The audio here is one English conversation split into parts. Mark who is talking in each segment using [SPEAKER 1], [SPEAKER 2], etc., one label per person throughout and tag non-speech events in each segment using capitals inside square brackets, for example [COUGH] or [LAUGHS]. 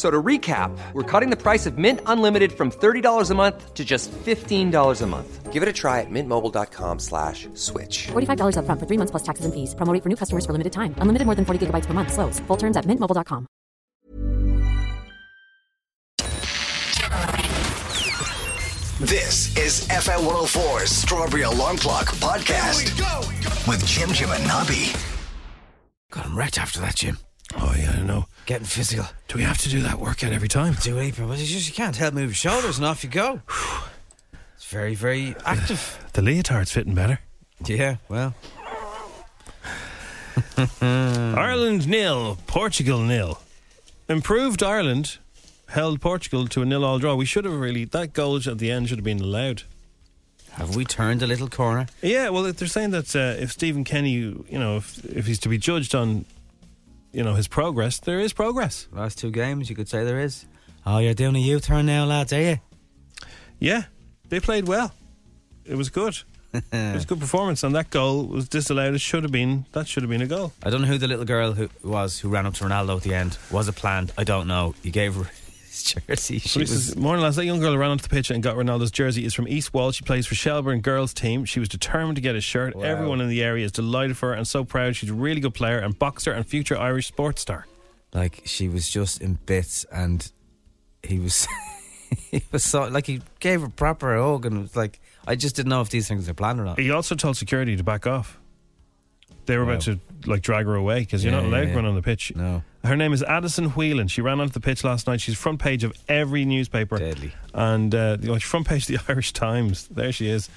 [SPEAKER 1] So to recap, we're cutting the price of Mint Unlimited from $30 a month to just $15 a month. Give it a try at mintmobile.com slash switch.
[SPEAKER 2] $45 up front for three months plus taxes and fees. Promote for new customers for limited time. Unlimited more than 40 gigabytes per month. Slows. Full terms at mintmobile.com.
[SPEAKER 3] This is FM 104's Strawberry Alarm Clock Podcast with Jim Jim and Nobby.
[SPEAKER 4] God, I'm wrecked after that, Jim.
[SPEAKER 5] Oh yeah, I know.
[SPEAKER 4] Getting physical.
[SPEAKER 5] Do we have to do that workout every time?
[SPEAKER 4] Do April, but you just you can't help move your shoulders and off you go. It's very, very active.
[SPEAKER 5] The leotard's fitting better.
[SPEAKER 4] yeah,
[SPEAKER 5] [LAUGHS]
[SPEAKER 4] well.
[SPEAKER 5] Ireland nil, Portugal nil. Improved Ireland held Portugal to a nil all draw. We should have really that goal at the end should have been allowed.
[SPEAKER 4] Have we turned a little corner?
[SPEAKER 5] Yeah, well, they're saying that uh, if Stephen Kenny, you know, if if he's to be judged on, you know, his progress, there is progress.
[SPEAKER 4] Last two games, you could say there is. Oh, you're doing a U turn now, lads, are you?
[SPEAKER 5] Yeah, they played well. It was
[SPEAKER 4] [LAUGHS]
[SPEAKER 5] good. it was a good performance, and that goal was disallowed. It should have been that should have been a goal.
[SPEAKER 4] I don't know who the little girl who was who ran up to Ronaldo at the end. Was it planned? I don't know. You gave her [LAUGHS] his jersey. She
[SPEAKER 5] Police
[SPEAKER 4] was
[SPEAKER 5] says, morning, lads. That young girl who ran onto the pitch and got Ronaldo's jersey is from East Wall. She plays for Shelburne girls team. She was determined to get a shirt. Everyone in the area is delighted for her and so proud. She's a really good player and boxer and future Irish
[SPEAKER 4] [LAUGHS]
[SPEAKER 5] sports star.
[SPEAKER 4] like she was just in bits, and he was he was so like he gave her proper hug, and it was like I just didn't know if these things are planned or not.
[SPEAKER 5] He also told security to back off. They were about
[SPEAKER 4] Wow.
[SPEAKER 5] to like drag her away because you're
[SPEAKER 4] Yeah,
[SPEAKER 5] not
[SPEAKER 4] yeah,
[SPEAKER 5] allowed to
[SPEAKER 4] yeah.
[SPEAKER 5] run on the pitch.
[SPEAKER 4] No.
[SPEAKER 5] Her name is Addison Whelan. She ran onto the pitch last night. She's front page of every newspaper.
[SPEAKER 4] Deadly.
[SPEAKER 5] And uh, you know, she's front page of the [LAUGHS] Irish Times. There she is.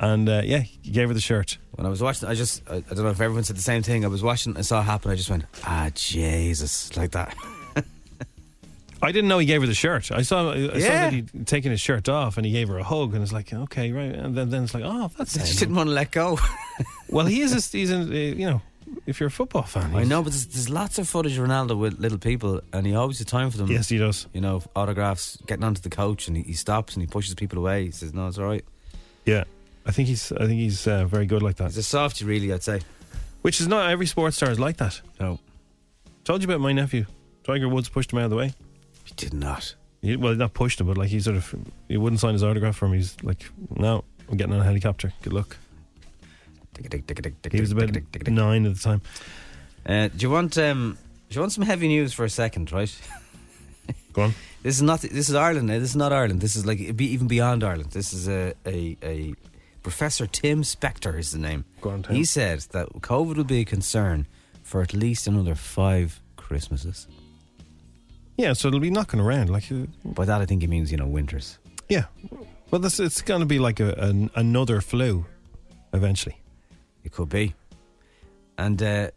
[SPEAKER 5] And uh, yeah, he gave her the shirt.
[SPEAKER 4] When I was watching, I just, I, I don't know if everyone said the same thing. I was watching, I saw it happen, I just went, ah, Jesus, like
[SPEAKER 5] [LAUGHS]
[SPEAKER 4] that.
[SPEAKER 5] I didn't know he gave her the shirt. I saw, I saw
[SPEAKER 4] Yeah.
[SPEAKER 5] that he'd taken his shirt off and he gave her a hug, and it's like, okay, right. And then, then it's like, oh,
[SPEAKER 4] I just
[SPEAKER 5] that's him.
[SPEAKER 4] didn't want to let go.
[SPEAKER 5] [LAUGHS] Well, he is,
[SPEAKER 4] [LAUGHS]
[SPEAKER 5] a, he's in, uh, you know, if you're a football fan.
[SPEAKER 4] I
[SPEAKER 5] he's-
[SPEAKER 4] know, but there's, there's lots of footage of Ronaldo with little people, and he always has time for them.
[SPEAKER 5] Yes, he does.
[SPEAKER 4] You know, autographs, getting onto the coach, and he, he stops and he pushes people away. He says, no, it's all right.
[SPEAKER 5] Yeah. I think he's, I think he's uh, very good like
[SPEAKER 4] He's
[SPEAKER 5] that.
[SPEAKER 4] a softy, really, I'd say.
[SPEAKER 5] Which is not every sports star is like that.
[SPEAKER 4] No,
[SPEAKER 5] Told you about my nephew. Tiger Woods pushed him out of the way.
[SPEAKER 4] he did not.
[SPEAKER 5] He, well, not pushed him, but like he sort of, he wouldn't sign his autograph for him. He's like, no, I'm getting on a helicopter. Good luck. He was about nine at the time.
[SPEAKER 4] Uh, do you want, um, do you want some heavy news for a second, right? [LAUGHS]
[SPEAKER 5] Go on.
[SPEAKER 4] This is not. This is Ireland. eh? This is not Ireland. This is like it'd be even beyond Ireland. This is a a, a Professor Tim Spector is the name.
[SPEAKER 5] Go on, Tim.
[SPEAKER 4] He said that COVID will be a concern for at least another five Christmases.
[SPEAKER 5] Yeah, so it'll be knocking around. Like, uh,
[SPEAKER 4] By that, I think he means you know winters.
[SPEAKER 5] Yeah. Well, this it's going to be like a, an, another flu eventually.
[SPEAKER 4] It could be. And uh,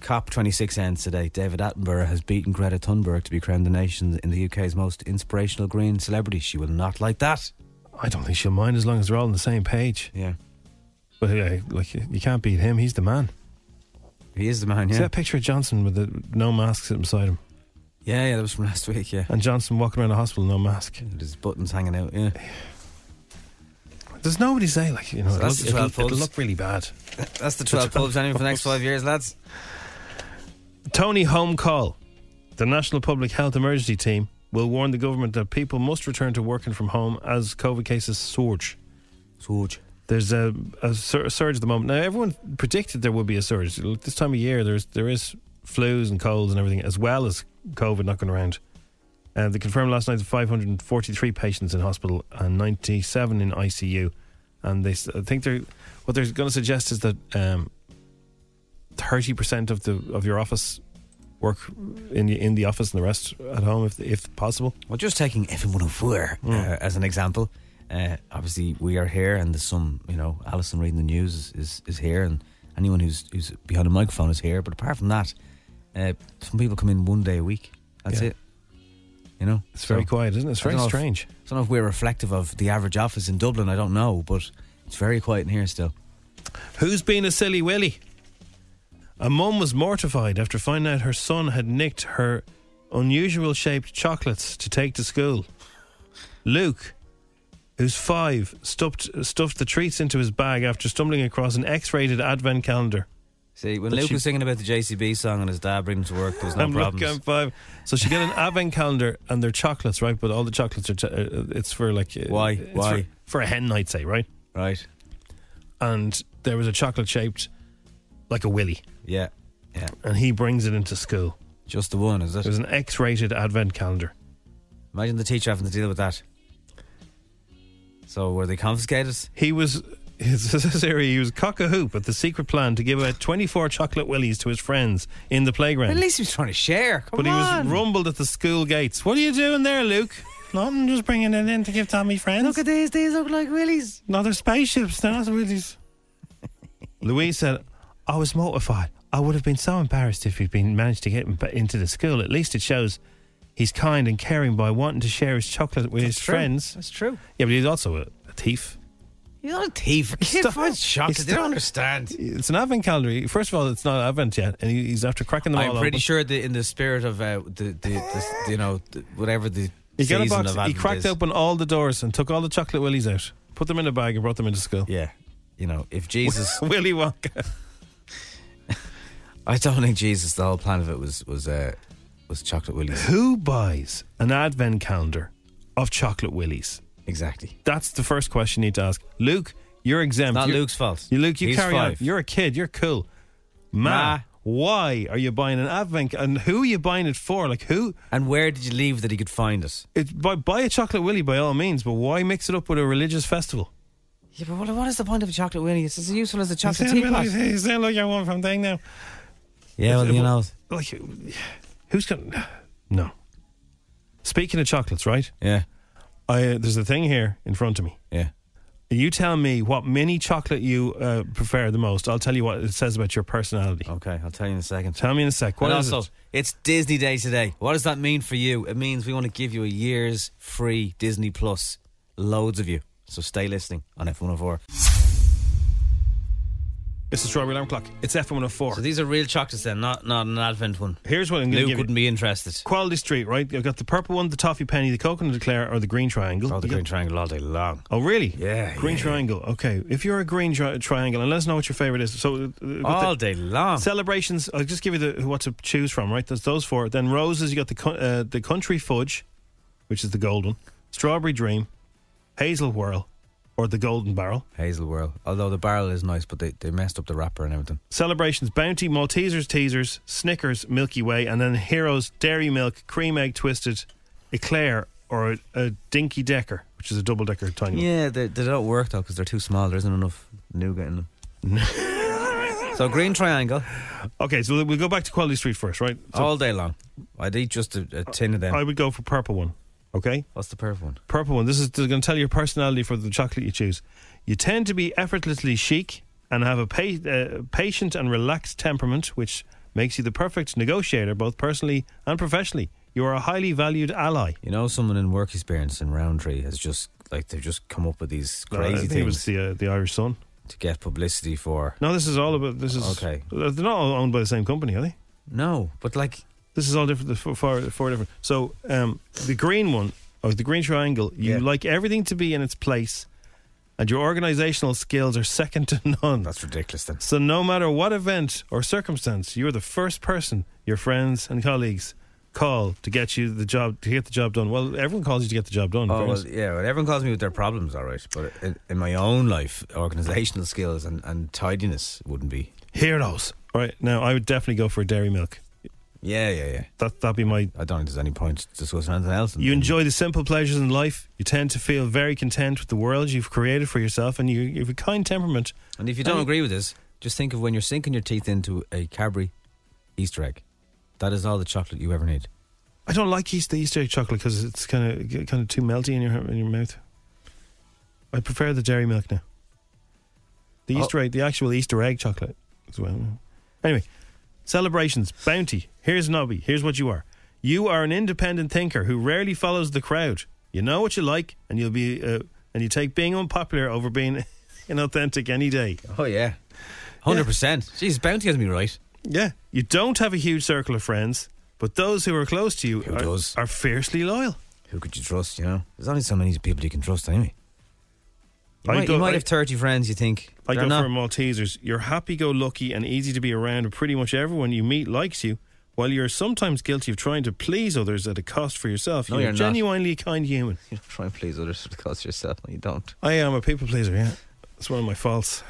[SPEAKER 4] COP 26 ends today. David Attenborough has beaten Greta Thunberg to be crowned the nation in the UK's most inspirational green celebrity. She will not like that.
[SPEAKER 5] I don't think she'll mind as long as they're all on the same page.
[SPEAKER 4] Yeah,
[SPEAKER 5] But yeah, like you can't beat him. He's the man.
[SPEAKER 4] he is the man.
[SPEAKER 5] See
[SPEAKER 4] Yeah,
[SPEAKER 5] that picture of Johnson with the no mask sitting beside him,
[SPEAKER 4] yeah, yeah. That was from last week. Yeah,
[SPEAKER 5] and Johnson walking around the hospital no mask.
[SPEAKER 4] With his buttons hanging out. Yeah.
[SPEAKER 5] There's nobody say like you know.
[SPEAKER 4] So
[SPEAKER 5] it'll,
[SPEAKER 4] that's the
[SPEAKER 5] it'll,
[SPEAKER 4] 12 pubs.
[SPEAKER 5] it'll look really bad.
[SPEAKER 4] [LAUGHS] That's the 12 pubs anyway for the next five years, lads.
[SPEAKER 5] Tony Home Call, the National Public Health Emergency Team, will warn the government that people must return to working from home as COVID cases surge.
[SPEAKER 4] Huge.
[SPEAKER 5] there's a, a sur- surge at the moment. Now everyone predicted there would be a surge. Look, This time of year, there's there is flus and colds and everything, as well as COVID knocking around. Uh, they confirmed last night that 543 patients in hospital and 97 in ICU, and they s- I think they're what they're going to suggest is that um, 30 percent of the of your office work in the, in the office and the rest at home if if possible. Hmm.
[SPEAKER 4] Well, just taking FM 104
[SPEAKER 5] Mm.
[SPEAKER 4] uh, as an example, uh, obviously we are here, and there's some, you know, Alison reading the news is, is, is here, and anyone who's who's behind a microphone is here. But apart from that, uh, some people come in one day a week. That's
[SPEAKER 5] Yeah.
[SPEAKER 4] it. You know,
[SPEAKER 5] It's very
[SPEAKER 4] So,
[SPEAKER 5] quiet, isn't it? It's
[SPEAKER 4] I
[SPEAKER 5] very
[SPEAKER 4] don't know if-
[SPEAKER 5] strange.
[SPEAKER 4] I don't know if we're reflective of the average office in Dublin. I don't know, but it's very quiet in here still.
[SPEAKER 5] Who's been a silly Willy? A mum was mortified after finding out her son had nicked her unusual shaped chocolates to take to school. Luke, who's five, stuffed, stuffed the treats into his bag after stumbling across an X rated advent calendar.
[SPEAKER 4] See, when
[SPEAKER 5] But
[SPEAKER 4] Luke
[SPEAKER 5] she-
[SPEAKER 4] was singing about the JCB song and his dad bringing him to work, there was no
[SPEAKER 5] I'm Luke, I'm
[SPEAKER 4] problems.
[SPEAKER 5] five. So
[SPEAKER 4] [LAUGHS]
[SPEAKER 5] she got an advent calendar and they're chocolates, right? But all the chocolates are, ch- uh, uh, it's for like. uh,
[SPEAKER 4] Why?
[SPEAKER 5] it's
[SPEAKER 4] Why?
[SPEAKER 5] For, for a hen, I'd say, right?
[SPEAKER 4] Right?
[SPEAKER 5] And there was a chocolate shaped like a willy.
[SPEAKER 4] Yeah, yeah.
[SPEAKER 5] And he brings it into school.
[SPEAKER 4] Just the one, is it?
[SPEAKER 5] It was an X-rated advent calendar.
[SPEAKER 4] Imagine the teacher having to deal with that. So were they confiscated?
[SPEAKER 5] He was [LAUGHS] this is area he was cock a hoop at the secret plan to give out 24 chocolate willies to his friends in the playground.
[SPEAKER 4] At least he was trying to share. Come
[SPEAKER 5] but he
[SPEAKER 4] on.
[SPEAKER 5] was rumbled at the school gates. What are you doing there, Luke? [LAUGHS] Nothing, just bringing it in to give Tommy friends.
[SPEAKER 4] Look at these. These look like willies.
[SPEAKER 5] No, they're spaceships. They're not willies.
[SPEAKER 4] [LAUGHS]
[SPEAKER 5] Louise said, I was mortified. I would have been so embarrassed if he'd been managed to get him ba- into the school. At least it shows he's kind and caring by wanting to share his chocolate with his friends.
[SPEAKER 4] That's true.
[SPEAKER 5] Yeah, but he's also a, a thief.
[SPEAKER 4] You're not a thief. A kid
[SPEAKER 5] Stop.
[SPEAKER 4] finds chocolate.
[SPEAKER 5] Stop.
[SPEAKER 4] They don't understand.
[SPEAKER 5] It's an advent calendar. First of all, it's not advent yet, and he- he's after cracking them all
[SPEAKER 4] I'm
[SPEAKER 5] open.
[SPEAKER 4] pretty sure that in the spirit of uh, the, the, the you know the, whatever the
[SPEAKER 5] He got
[SPEAKER 4] season
[SPEAKER 5] a box.
[SPEAKER 4] of
[SPEAKER 5] He
[SPEAKER 4] Advent
[SPEAKER 5] cracked
[SPEAKER 4] is.
[SPEAKER 5] open all the doors and took all the chocolate willies out, put them in a bag, and brought them into school.
[SPEAKER 4] Yeah, you know
[SPEAKER 5] [LAUGHS]
[SPEAKER 4] if Jesus,
[SPEAKER 5] Willy Wonka.
[SPEAKER 4] I don't think Jesus. The whole plan of it was was uh, was chocolate willies.
[SPEAKER 5] Who buys an advent calendar of chocolate willies?
[SPEAKER 4] exactly.
[SPEAKER 5] That's the first question you need to ask. Luke, you're exempt.
[SPEAKER 4] Not
[SPEAKER 5] You're-
[SPEAKER 4] Luke's fault.
[SPEAKER 5] You, Luke, you
[SPEAKER 4] He's
[SPEAKER 5] carry
[SPEAKER 4] five.
[SPEAKER 5] on. You're a kid. You're cool. Ma,
[SPEAKER 4] Ma.
[SPEAKER 5] why are you buying an advent? ca- And who are you buying it for? Like who?
[SPEAKER 4] And where did you leave that he could find us?
[SPEAKER 5] It, buy, buy a chocolate willy by all means, but why mix it up with a religious festival?
[SPEAKER 4] Yeah, but what, what is the point of a chocolate willy? It's as useful as a
[SPEAKER 5] You sound like- you sound like you're one from thing now.
[SPEAKER 4] Yeah, well, you know.
[SPEAKER 5] uh, Like, who's going? No. Speaking of chocolates, right?
[SPEAKER 4] Yeah,
[SPEAKER 5] I uh, there's a thing here in front of me.
[SPEAKER 4] yeah.
[SPEAKER 5] You tell me what mini chocolate you uh, prefer the most. I'll tell you what it says about your personality.
[SPEAKER 4] Okay, I'll tell you in a second.
[SPEAKER 5] Tell me in a sec. What
[SPEAKER 4] and
[SPEAKER 5] is
[SPEAKER 4] also,
[SPEAKER 5] it?
[SPEAKER 4] it's Disney Day today. What does that mean for you? It means we want to give you a year's free Disney Plus. Loads of you. So stay listening on F104.
[SPEAKER 5] It's the strawberry alarm clock. It's F104.
[SPEAKER 4] So these are real chocolates then, not not an Advent one.
[SPEAKER 5] Here's what I'm going to
[SPEAKER 4] Luke
[SPEAKER 5] give you.
[SPEAKER 4] wouldn't be interested.
[SPEAKER 5] Quality Street, right? I've got the purple one, the toffee penny, the coconut eclair, or the green triangle.
[SPEAKER 4] Oh, the
[SPEAKER 5] You got-
[SPEAKER 4] Green Triangle all day long.
[SPEAKER 5] Oh, really?
[SPEAKER 4] Yeah,
[SPEAKER 5] Green
[SPEAKER 4] yeah,
[SPEAKER 5] triangle. Okay. If you're a green tri- triangle, and let us know what your favorite is. So, uh, with the-
[SPEAKER 4] All day long.
[SPEAKER 5] Celebrations. I'll just give you the what to choose from. Right, there's those four. Then roses. You got the co- uh, the country fudge, which is the gold one. Strawberry dream, hazel whirl, or the golden barrel.
[SPEAKER 4] Hazel Whirl. Although the barrel is nice, but they, they messed up the wrapper and everything.
[SPEAKER 5] Celebrations: bounty, Maltesers, teasers, Snickers, Milky Way, and then heroes: dairy milk, cream egg twisted, eclair, or a, a dinky decker, which is a double decker tiny. one.
[SPEAKER 4] Yeah, they, they don't work though because they're too small. There isn't enough nougat in them.
[SPEAKER 5] [LAUGHS]
[SPEAKER 4] so green triangle
[SPEAKER 5] Okay, so we'll go back to Quality Street first, right? So
[SPEAKER 4] all day long. I'd eat just a, a tin of them.
[SPEAKER 5] I would go for purple one. Okay.
[SPEAKER 4] What's the purple one?
[SPEAKER 5] purple one. This is going to tell your personality for the chocolate you choose. You tend to be effortlessly chic and have a pa- uh, patient and relaxed temperament, which makes you the perfect negotiator, both personally and professionally. You are a highly valued ally.
[SPEAKER 4] You know, someone in work experience in Roundtree has just like they've just come up with these
[SPEAKER 5] I
[SPEAKER 4] crazy
[SPEAKER 5] think it was
[SPEAKER 4] things
[SPEAKER 5] the uh, the Irish Sun.
[SPEAKER 4] to get publicity for.
[SPEAKER 5] No, this is all about this is
[SPEAKER 4] Okay.
[SPEAKER 5] They're not all owned by the same company, are they?
[SPEAKER 4] No, but like
[SPEAKER 5] This is all different. The four, four, four different. So um, the green one, or the green triangle, you
[SPEAKER 4] Yeah.
[SPEAKER 5] like everything to be in its place, and your organisational skills are second to none.
[SPEAKER 4] that's ridiculous. Then
[SPEAKER 5] So, no matter what event or circumstance, you are the first person your friends and colleagues call to get you the job to get the job done. Well, everyone calls you to get the job done.
[SPEAKER 4] Oh
[SPEAKER 5] fairness.
[SPEAKER 4] well, yeah. Well, everyone calls me with their problems, all right. But in, in my own life, organisational skills and, and tidiness wouldn't be.
[SPEAKER 5] Heroes. All right. Now, I would definitely go for dairy milk.
[SPEAKER 4] Yeah, yeah, yeah.
[SPEAKER 5] That that'd be my.
[SPEAKER 4] I don't think there's any point discussing anything else. in-
[SPEAKER 5] You enjoy the simple pleasures in life. You tend to feel very content with the world you've created for yourself, and you, you have a kind temperament.
[SPEAKER 4] And if you don't agree with this, just think of when you're sinking your teeth into a Cadbury Easter egg. That is all the chocolate you ever need.
[SPEAKER 5] I don't like East, the Easter egg chocolate because it's kind of kind of too melty in your in your mouth. I prefer the dairy milk now. The
[SPEAKER 4] Oh.
[SPEAKER 5] Easter egg, the actual Easter egg chocolate as well. Anyway, celebrations, bounty. Here's Nobby. Here's what you are. You are an independent thinker who rarely follows the crowd. You know what you like, and you'll be uh, and you take being unpopular over being [LAUGHS] inauthentic any day.
[SPEAKER 4] Oh yeah, hundred percent. Jeez, bounty has me right.
[SPEAKER 5] Yeah. You don't have a huge circle of friends, but those who are close to you
[SPEAKER 4] Who
[SPEAKER 5] are,
[SPEAKER 4] does?
[SPEAKER 5] are fiercely loyal.
[SPEAKER 4] Who could you trust? You know, there's only so many people you can trust anyway. You
[SPEAKER 5] I
[SPEAKER 4] might,
[SPEAKER 5] go-
[SPEAKER 4] you might
[SPEAKER 5] I-
[SPEAKER 4] have thirty friends. You think
[SPEAKER 5] I
[SPEAKER 4] they're
[SPEAKER 5] go
[SPEAKER 4] not-
[SPEAKER 5] for Maltesers. You're happy go lucky and easy to be around, and pretty much everyone you meet likes you. While you're sometimes guilty of trying to please others at a cost for yourself,
[SPEAKER 4] No,
[SPEAKER 5] you're,
[SPEAKER 4] you're not.
[SPEAKER 5] [LAUGHS] genuinely a kind human.
[SPEAKER 4] You don't try and please
[SPEAKER 5] [LAUGHS]
[SPEAKER 4] others for the cost of yourself. No, you don't.
[SPEAKER 5] I am a people pleaser, yeah. That's one of my faults.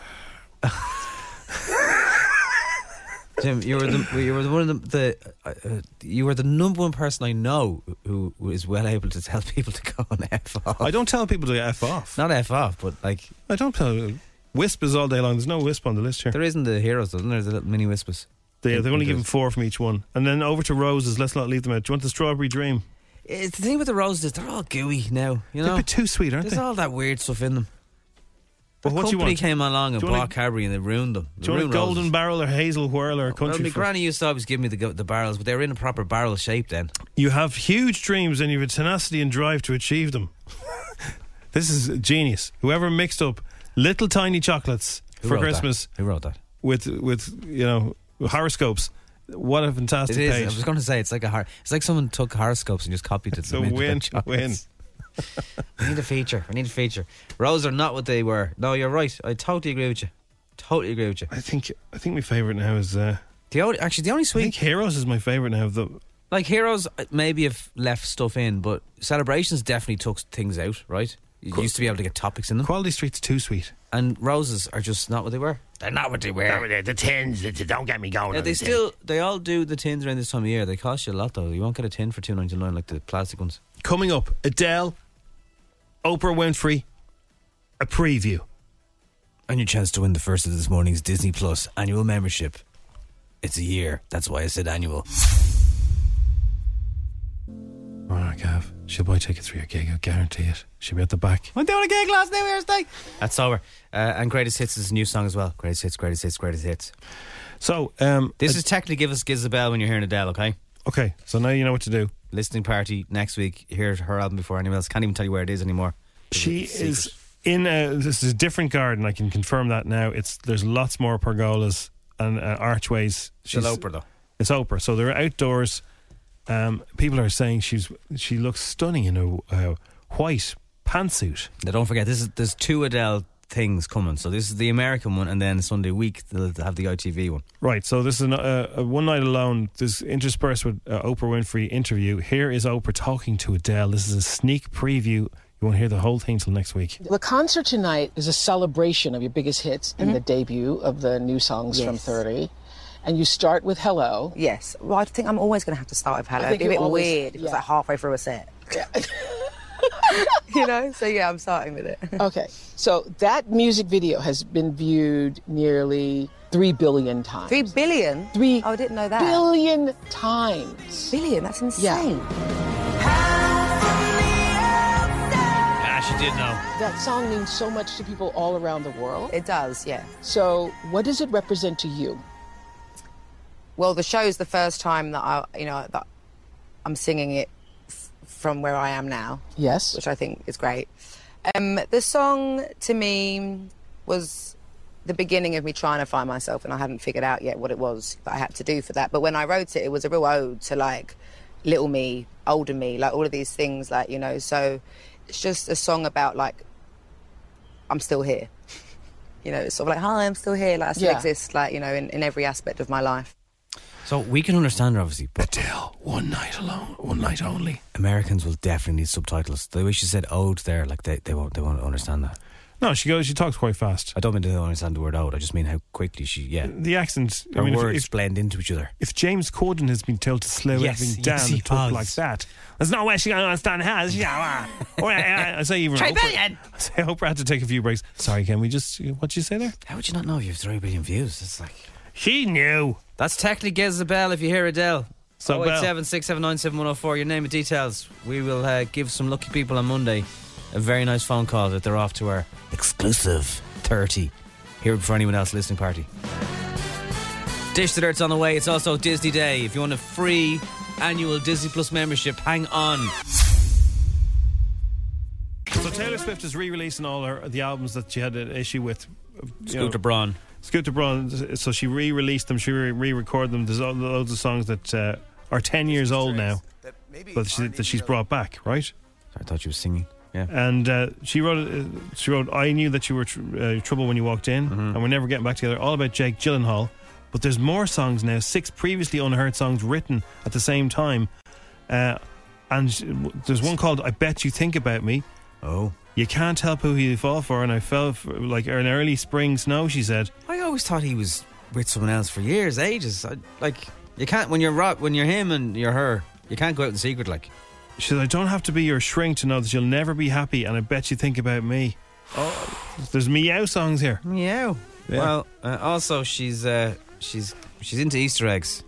[SPEAKER 4] Jim, you were the you were the one of the, the uh, uh, you were the number one person I know who is well able to tell [LAUGHS] people to go and f off.
[SPEAKER 5] I don't tell people to F off.
[SPEAKER 4] Not f off, but like
[SPEAKER 5] I don't tell. Whispers all day long. There's no wisp on the list here.
[SPEAKER 4] there isn't the heroes, isn't there? The little mini whispers.
[SPEAKER 5] They,
[SPEAKER 4] Yeah,
[SPEAKER 5] they've only
[SPEAKER 4] there's-
[SPEAKER 5] given four from each one. And then over to roses. Let's not leave them out. Do you want the strawberry dream?
[SPEAKER 4] It's the thing with the roses is they're all gooey now. You
[SPEAKER 5] They're a
[SPEAKER 4] know,
[SPEAKER 5] bit too sweet, aren't
[SPEAKER 4] there's
[SPEAKER 5] they?
[SPEAKER 4] all that weird stuff in them.
[SPEAKER 5] But
[SPEAKER 4] The
[SPEAKER 5] what do you
[SPEAKER 4] company
[SPEAKER 5] want?
[SPEAKER 4] came along and
[SPEAKER 5] Do you want
[SPEAKER 4] bought
[SPEAKER 5] a-
[SPEAKER 4] Cadbury and they ruined them. They
[SPEAKER 5] Do you want a
[SPEAKER 4] ruined
[SPEAKER 5] golden
[SPEAKER 4] roses.
[SPEAKER 5] barrel or hazel whirl or a
[SPEAKER 4] Well,
[SPEAKER 5] country?
[SPEAKER 4] my
[SPEAKER 5] fro-
[SPEAKER 4] granny used to always give me the, go- the barrels, but they were in a proper barrel shape then.
[SPEAKER 5] You have huge dreams and you have a tenacity and drive to achieve them. [LAUGHS] this is genius. Whoever mixed up little tiny chocolates
[SPEAKER 4] Who
[SPEAKER 5] for
[SPEAKER 4] wrote that?
[SPEAKER 5] Christmas
[SPEAKER 4] Who wrote that?
[SPEAKER 5] with with you know horoscopes, what a fantastic
[SPEAKER 4] It is. I
[SPEAKER 5] page.
[SPEAKER 4] was going to say it's like a hor- it's like someone took horoscopes and just copied it.
[SPEAKER 5] It's
[SPEAKER 4] and
[SPEAKER 5] a
[SPEAKER 4] made the
[SPEAKER 5] win,
[SPEAKER 4] chocolates.
[SPEAKER 5] win.
[SPEAKER 4] [LAUGHS] we need a feature. We need a feature. Rose are not what they were. No, you're right. I totally agree with you. Totally agree with you.
[SPEAKER 5] I think I think my favorite now is uh,
[SPEAKER 4] The only, actually the only
[SPEAKER 5] I think
[SPEAKER 4] sweet
[SPEAKER 5] Heroes is my favorite now. of The
[SPEAKER 4] like heroes uh, maybe have left stuff in, but celebrations definitely took things out. Right? You used to be able to get topics in them,
[SPEAKER 5] Quality Street's too sweet.
[SPEAKER 4] and roses are just not what they were. They're not what they were.
[SPEAKER 6] The tins, the- don't get me going.
[SPEAKER 4] Yeah,
[SPEAKER 6] on
[SPEAKER 4] they
[SPEAKER 6] the tin.
[SPEAKER 4] still they all do the tins around this time of year. They cost you a lot though. You won't get a tin for two ninety nine like the plastic ones.
[SPEAKER 5] Coming up, Adele, Oprah Winfrey, a preview.
[SPEAKER 4] And your chance to win the first of this morning's Disney Plus annual membership. It's a year. That's why I said annual.
[SPEAKER 5] All right, Gav, she'll buy tickets for your gig. I guarantee it. She'll be at the back.
[SPEAKER 4] Went down a gig last New Year's Day. That's over. Uh, and Greatest Hits is a new song as well. Greatest Hits, Greatest Hits, Greatest Hits.
[SPEAKER 5] So, um,
[SPEAKER 4] This is technically Give Us Giz the Bell when you're hearing Adele, okay?
[SPEAKER 5] okay. So now you know what to do.
[SPEAKER 4] Listening party next week. Hear her album before anyone else. Can't even tell you where it is anymore.
[SPEAKER 5] She is in a this is a different garden. I can confirm that now. It's there's lots more pergolas and uh, archways.
[SPEAKER 4] She's Oprah though.
[SPEAKER 5] It's Oprah. So they're outdoors. Um, people are saying she's she looks stunning in a uh, white pantsuit.
[SPEAKER 4] Now don't forget, this is there's two Adele things coming. So this is the American one, and then Sunday week they'll have the ITV one.
[SPEAKER 5] Right. So this is an, uh, a one night alone. This interspersed with uh, Oprah Winfrey interview. Here is Oprah talking to Adele. This is a sneak preview. You won't hear the whole thing till next week.
[SPEAKER 7] The concert tonight is a celebration of your biggest hits and the debut of the new songs from
[SPEAKER 8] Mm-hmm. Yes.
[SPEAKER 7] 30. And you start with Hello.
[SPEAKER 8] Yes. Well, I think I'm always going to have to start with hello.
[SPEAKER 7] I
[SPEAKER 8] It'd
[SPEAKER 7] think
[SPEAKER 8] be a
[SPEAKER 7] you
[SPEAKER 8] bit
[SPEAKER 7] always-
[SPEAKER 8] weird. if It was
[SPEAKER 7] yeah.
[SPEAKER 8] like halfway through a set. [LAUGHS]
[SPEAKER 7] [LAUGHS]
[SPEAKER 8] you know? So, yeah, I'm starting with it. [LAUGHS]
[SPEAKER 7] Okay. So that music video has been viewed nearly 3 billion times.
[SPEAKER 8] Three billion?
[SPEAKER 7] Three
[SPEAKER 8] Oh, I didn't know that.
[SPEAKER 7] Billion times.
[SPEAKER 8] Billion? That's
[SPEAKER 7] Yeah.
[SPEAKER 8] insane.
[SPEAKER 4] Ah, she did know.
[SPEAKER 7] That song means so much to people all around the world.
[SPEAKER 8] It does, yeah.
[SPEAKER 7] So, what does it represent to you?
[SPEAKER 8] Well, the show's the first time that I, you know, that I'm singing it f- from where I am now.
[SPEAKER 7] Yes.
[SPEAKER 8] which I think is great. Um, the song to me was the beginning of me trying to find myself, and I hadn't figured out yet what it was that I had to do for that. But when I wrote it, it was a real ode to like little me, older me, like all of these things, like you know. So it's just a song about like I'm still here. [LAUGHS] You know, it's sort of like, hi, I'm still here. Like, I still
[SPEAKER 7] Yeah.
[SPEAKER 8] exist, like, you know, in, in every aspect of my life.
[SPEAKER 4] So we can understand her, obviously, but
[SPEAKER 5] Adele, one night alone, one night only.
[SPEAKER 4] Americans will definitely need subtitles. The way she said "ode" there, like they, they won't they won't understand that.
[SPEAKER 5] No, she goes. She talks quite fast.
[SPEAKER 4] I don't mean they don't understand the word "ode." I just mean how quickly she yeah
[SPEAKER 5] The accent.
[SPEAKER 4] her
[SPEAKER 5] I mean, if-
[SPEAKER 4] words
[SPEAKER 5] if,
[SPEAKER 4] blend into each other.
[SPEAKER 5] if James Corden has been told to slow
[SPEAKER 4] Yes,
[SPEAKER 5] everything down
[SPEAKER 4] yes, he
[SPEAKER 5] and talk
[SPEAKER 4] has.
[SPEAKER 5] like that, there's no way she's going to understand how. She's like, "Ah." Or, I, I- I say even Oprah, I say Oprah had to take a few breaks. Sorry, can we just? What'd you say there?
[SPEAKER 4] How would you not know if you have three billion views? It's like
[SPEAKER 5] She knew.
[SPEAKER 4] that's technically Giz the Bell if you hear Adele.
[SPEAKER 5] So, Belle,
[SPEAKER 4] 087 679 7104, your name and details. We will uh, give some lucky people on Monday a very nice phone call that they're off to our exclusive 30 here for anyone else listening party. Dish the Dirt's on the way. It's also Disney Day. If you want a free annual Disney Plus membership, hang on.
[SPEAKER 5] so Taylor Swift is re-releasing all her the albums that she had an issue with. you know,
[SPEAKER 4] Scooter Braun.
[SPEAKER 5] Scooter Braun. So she re-released them. She re- re-recorded them. There's all- loads of songs that uh, are ten years old now, but she, that she's brought back, right?
[SPEAKER 4] I thought you were singing. Yeah.
[SPEAKER 5] And uh, she wrote, uh, she wrote, I knew that you were tr- uh, trouble when you walked in,
[SPEAKER 4] Mm-hmm.
[SPEAKER 5] and we're never getting back together. All about Jake Gyllenhaal, but there's more songs now. Six previously unheard songs written at the same time, uh, and sh- w- there's one called "I Bet You Think About Me."
[SPEAKER 4] Oh.
[SPEAKER 5] You can't help who you fall for, and I fell for, like an early spring snow. She said,
[SPEAKER 4] I always thought he was with someone else for years, ages. I, like, you can't, when you're Rob, when you're him and you're her, you can't go out in secret, like.
[SPEAKER 5] "She said I don't have to be your shrink to know that you'll never be happy, and I bet you think about me." Oh, there's meow songs here.
[SPEAKER 4] Meow. Well, uh, also she's uh, she's she's into Easter eggs.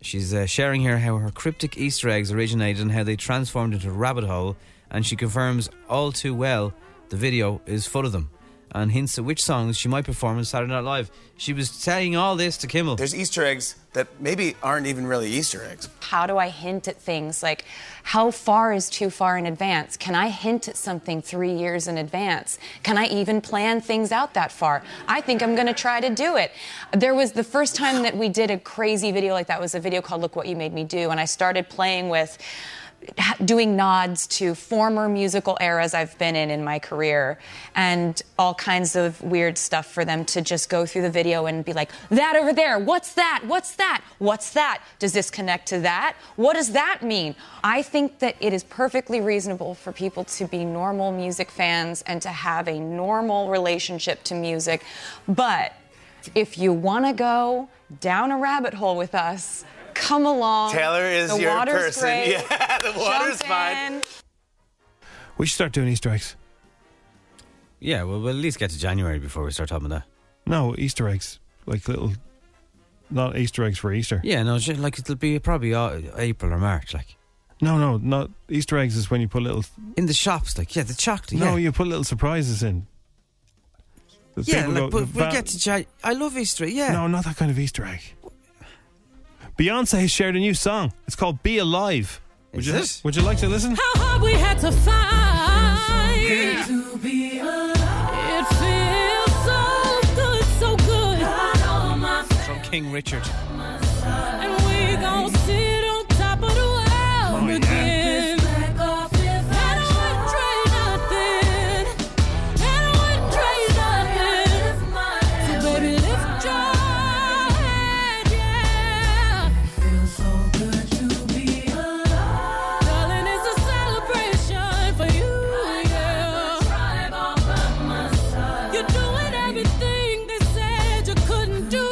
[SPEAKER 4] She's uh, sharing here how her cryptic Easter eggs originated and how they transformed into a rabbit hole, and she confirms all too well the video is full of them, and hints at which songs she might perform on Saturday Night Live. She was saying all this to Kimmel.
[SPEAKER 9] There's Easter eggs that maybe aren't even really Easter eggs.
[SPEAKER 10] How do I hint at things? Like, how far is too far in advance? Can I hint at something three years in advance? Can I even plan things out that far? I think I'm going to try to do it. There was the first time that we did a crazy video like that was a video called Look What You Made Me Do. And I started playing with ha- doing nods to former musical eras I've been in in my career and all kinds of weird stuff for them to just go through the video and be like, that over there, what's that? What's that? What's that? Does this connect to that? What does that mean? I think that it is perfectly reasonable for people to be normal music fans and to have a normal relationship to music. But if you want to go down a rabbit hole with us, come along.
[SPEAKER 9] Taylor is
[SPEAKER 10] the
[SPEAKER 9] your
[SPEAKER 10] water's
[SPEAKER 9] person.
[SPEAKER 10] Great.
[SPEAKER 9] Yeah, [LAUGHS] the water's
[SPEAKER 10] Jump
[SPEAKER 9] fine.
[SPEAKER 10] in.
[SPEAKER 5] We should start doing Easter eggs.
[SPEAKER 4] Yeah, well, we'll at least get to January before we start talking about that.
[SPEAKER 5] No, Easter eggs. Like little, not Easter eggs for Easter.
[SPEAKER 4] Yeah, no, she- like it'll be probably uh, April or March, like
[SPEAKER 5] No, no, not Easter eggs is when you put little.
[SPEAKER 4] in the shops, like yeah, the chocolate.
[SPEAKER 5] No,
[SPEAKER 4] yeah.
[SPEAKER 5] you put little surprises in. The
[SPEAKER 4] yeah,
[SPEAKER 5] people
[SPEAKER 4] like,
[SPEAKER 5] go-
[SPEAKER 4] but
[SPEAKER 5] the
[SPEAKER 4] we'll
[SPEAKER 5] va-
[SPEAKER 4] get to Jan. I love Easter. egg, Yeah,
[SPEAKER 5] No, not that kind of Easter egg. Beyonce has shared a new song. It's called "Be Alive." Would
[SPEAKER 4] Is
[SPEAKER 5] you
[SPEAKER 4] it?
[SPEAKER 5] Would you like to listen?
[SPEAKER 11] How hard we had to fight to be alive. It feels so good, so good.
[SPEAKER 4] from King Richard.
[SPEAKER 11] And we gon' sit on top of the world
[SPEAKER 4] yeah.
[SPEAKER 11] again. I don't wanna trade nothing. I don't wanna trade nothing. So baby, lift your head, yeah. Darling, it's a celebration for you, yeah. You're doing everything they said you couldn't do.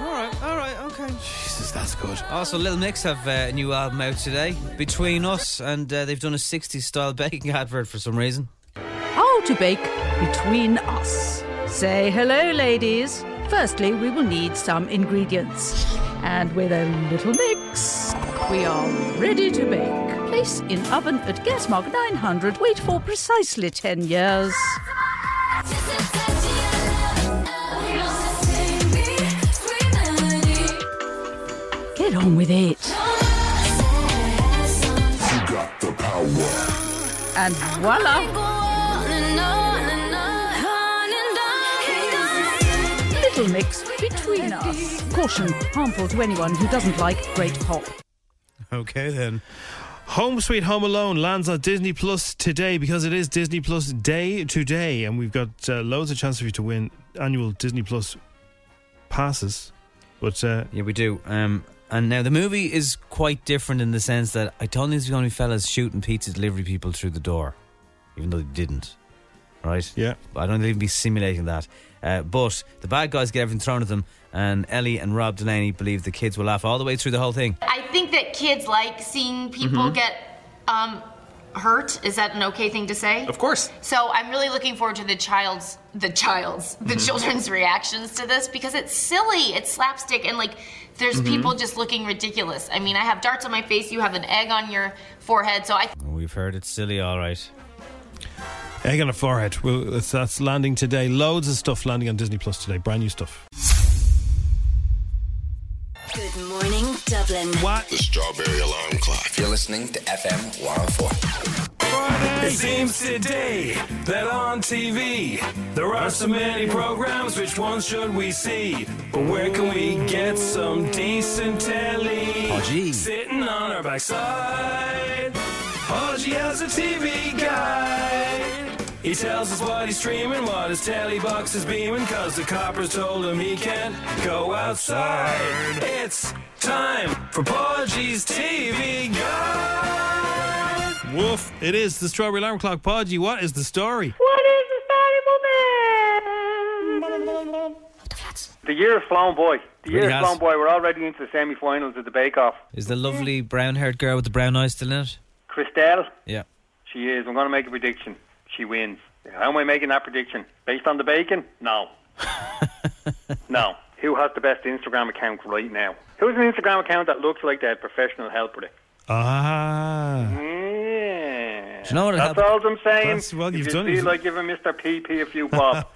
[SPEAKER 4] All right, all right, okay.
[SPEAKER 5] Jesus, that's good.
[SPEAKER 4] Also, Little Mix have uh, a new album out today, Between Us, and uh, they've done a 60s style baking advert for some reason.
[SPEAKER 12] How to bake between us. Say hello, ladies. Firstly, we will need some ingredients. And with a little mix, we are ready to bake. Place in oven at gas mark 900. Wait for precisely 10 years. Get on with it. And voila, little mix between us. Caution, harmful to anyone who doesn't like great pop.
[SPEAKER 4] Okay, then.
[SPEAKER 5] Home Sweet Home Alone lands on Disney Plus today because it is Disney Plus Day today, and we've got uh, loads of chances for you to win annual Disney Plus passes. But uh,
[SPEAKER 4] Yeah, we do. Um, and now the movie is quite different in the sense that I don't think there's going to be fellas shooting pizza delivery people through the door, even though they didn't. Right?
[SPEAKER 5] yeah,
[SPEAKER 4] But I don't even be simulating that. Uh, but the bad guys get everything thrown at them, and Ellie and Rob Delaney believe the kids will laugh all the way through the whole thing.
[SPEAKER 1] Mm-hmm.
[SPEAKER 13] I think that kids like seeing people get um, hurt. Is that an okay thing to say?
[SPEAKER 1] Of course.
[SPEAKER 13] So I'm really looking forward to the child's, the child's, the
[SPEAKER 1] Mhm.
[SPEAKER 13] children's reactions to this because it's silly, it's slapstick, and like there's
[SPEAKER 1] Mm-hmm.
[SPEAKER 4] Mhm.
[SPEAKER 13] people just looking ridiculous. I mean, I have darts on my face, you have an egg on your forehead, so I.
[SPEAKER 4] Oh, We've heard it's silly, all right.
[SPEAKER 5] Egg on a forehead. Well, that's, that's landing today. Loads of stuff landing on Disney Plus today. Brand new stuff.
[SPEAKER 14] Good morning, Dublin.
[SPEAKER 5] What?
[SPEAKER 14] The Strawberry Alarm Clock. You're listening to FM 104.
[SPEAKER 15] It seems today that on TV there are so many programs. Which ones should we see? But where can we get some decent telly?
[SPEAKER 11] Oh, gee.
[SPEAKER 15] Sitting on our backside. Ozzy has a TV guide. He tells us what he's streaming, what his telly box is beaming, cause the coppers told him he can't go outside. It's time for Podgy's TV Guide.
[SPEAKER 5] Woof. It is the Strawberry Alarm Clock. Podgy, what is the story?
[SPEAKER 11] What is
[SPEAKER 16] The year's flown by. The
[SPEAKER 4] Really
[SPEAKER 16] year's
[SPEAKER 4] has.
[SPEAKER 16] flown by. We're already into the semi-finals of the Bake Off.
[SPEAKER 4] Is the lovely brown haired girl with the brown eyes still in it?
[SPEAKER 16] Christelle,
[SPEAKER 4] Yeah.
[SPEAKER 16] she is. I'm going to make a prediction. She wins. How am I making that prediction? Based on the bacon? No. no. Who has the best Instagram account right now? Who's an Instagram account that looks like they had professional help with it?
[SPEAKER 5] Ah.
[SPEAKER 16] Yeah.
[SPEAKER 5] Do you know what it
[SPEAKER 16] That's
[SPEAKER 5] hap-
[SPEAKER 16] all I'm saying.
[SPEAKER 5] That's- well,
[SPEAKER 16] If
[SPEAKER 5] you've
[SPEAKER 16] you
[SPEAKER 5] done
[SPEAKER 16] feel
[SPEAKER 5] it.
[SPEAKER 16] like giving Mr. PP a
[SPEAKER 5] [LAUGHS]
[SPEAKER 16] few bob.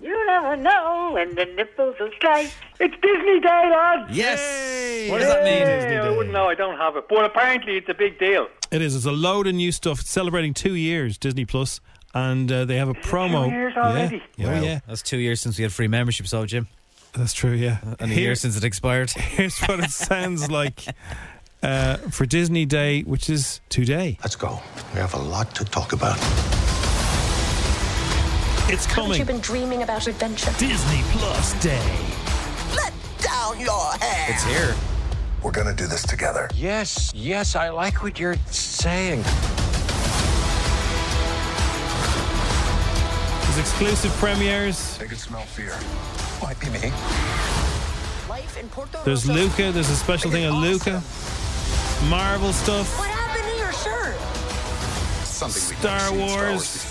[SPEAKER 11] You never know when the nipples will slide. It's Disney Day, lad.
[SPEAKER 4] Yes.
[SPEAKER 11] What does that mean?
[SPEAKER 16] Hey, I wouldn't know. I don't have it. But apparently, it's a big deal.
[SPEAKER 5] It is. It's a load of new stuff. It's celebrating two years, Disney Plus, and uh, they have a promo.
[SPEAKER 16] years already?
[SPEAKER 5] Yeah. Oh,
[SPEAKER 4] Wow.
[SPEAKER 5] yeah.
[SPEAKER 4] That's two years since we had free membership, so Jim.
[SPEAKER 5] That's true, yeah.
[SPEAKER 4] And a
[SPEAKER 5] Uh, Here-
[SPEAKER 4] year since it expired.
[SPEAKER 5] [LAUGHS] Here's what it sounds like uh, for Disney Day, which is today. Let's go. We have a lot to talk about. It's
[SPEAKER 17] Haven't
[SPEAKER 5] coming.
[SPEAKER 17] you been dreaming about adventure?
[SPEAKER 5] Disney Plus Day.
[SPEAKER 17] Let down your hair.
[SPEAKER 4] It's here.
[SPEAKER 18] We're gonna do this together.
[SPEAKER 19] Yes, yes, I like what you're saying.
[SPEAKER 5] There's exclusive premieres.
[SPEAKER 18] I can smell fear. Might be me.
[SPEAKER 17] Life in Porto
[SPEAKER 5] There's Luca. There's a special thing on Luca. Marvel stuff.
[SPEAKER 17] What happened to your shirt?
[SPEAKER 18] Something
[SPEAKER 5] Star Wars.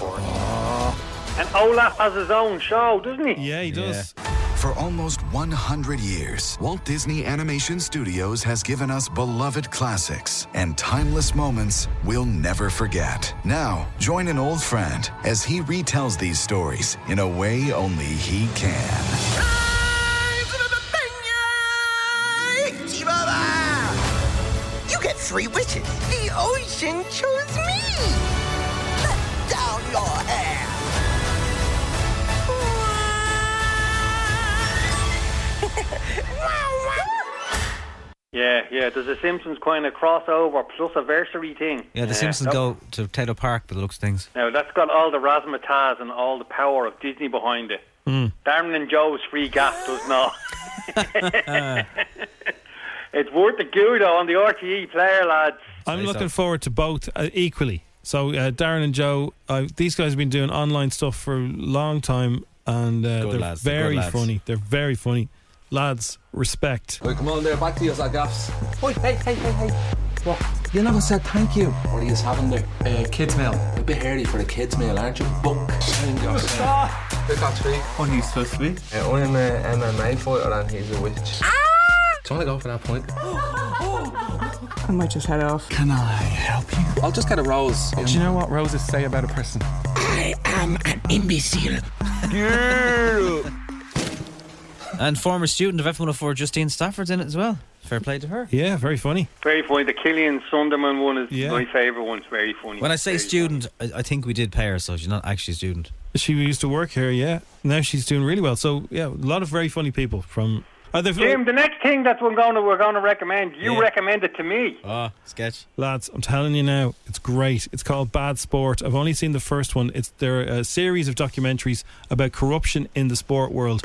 [SPEAKER 16] And Olaf has his own show, doesn't he?
[SPEAKER 5] Yeah, he does.
[SPEAKER 18] For almost 100 years, Walt Disney Animation Studios has given us beloved classics and timeless moments we'll never forget. Now, join an old friend as he retells these stories in a way only he can.
[SPEAKER 11] You get three wishes. The ocean chose me. Let down your hair.
[SPEAKER 16] Yeah, yeah. There's a Simpsons kind of crossover plus anniversary thing.
[SPEAKER 4] Yeah, the Simpsons
[SPEAKER 16] that-
[SPEAKER 4] go to Taylor Park by the looks of things.
[SPEAKER 16] Now that's got all the razzmatazz and all the power of Disney behind it.
[SPEAKER 5] Hmm.
[SPEAKER 16] Darren and Joe's free gas does not.
[SPEAKER 5] [LAUGHS]
[SPEAKER 16] it's worth the goo though on the RTE player, lads.
[SPEAKER 5] I'm looking forward to both uh, equally. So uh, Darren and Joe, uh, these guys have been doing online stuff for a long time, and uh,
[SPEAKER 20] Good
[SPEAKER 5] they're
[SPEAKER 20] lads, they're good
[SPEAKER 5] very
[SPEAKER 20] lads.
[SPEAKER 5] funny. They're very funny, lads. Respect.
[SPEAKER 20] Right, come on there, back to your gaps. Oi, hey, hey, hey, hey. What? You never said thank you. What are you having there? Uh, kids' meal. A bit early for the kids' meal, aren't you? Oh, Book. They got three. What are you supposed to be? Uh, I'm an MMA fighter and he's a witch. Do
[SPEAKER 11] Ah!
[SPEAKER 20] you want to go for that point?
[SPEAKER 21] I might just head off. Can I help you? I'll just get a rose. Do you know what roses say about a person? I am an imbecile.
[SPEAKER 4] [LAUGHS] And former student of F104, Justine Stafford's in it as well. Fair play to her.
[SPEAKER 5] Yeah, very funny.
[SPEAKER 16] Very funny. The Killian Sunderman one is
[SPEAKER 4] Yeah.
[SPEAKER 16] my favourite one. It's very funny.
[SPEAKER 4] When I say student, I, I think we did pay her, so she's not actually a student.
[SPEAKER 5] She used to work here, yeah. Now she's doing really well. So yeah, a lot of very funny people from. Uh, they've-
[SPEAKER 16] Jim, the next thing that we're going to we're going to recommend, you
[SPEAKER 5] Yeah.
[SPEAKER 16] recommend it to me.
[SPEAKER 4] Ah, sketch.
[SPEAKER 5] Lads, I'm telling you now, it's great. It's called Bad Sport. I've only seen the first one. It's they're a series of documentaries about corruption in the sport world.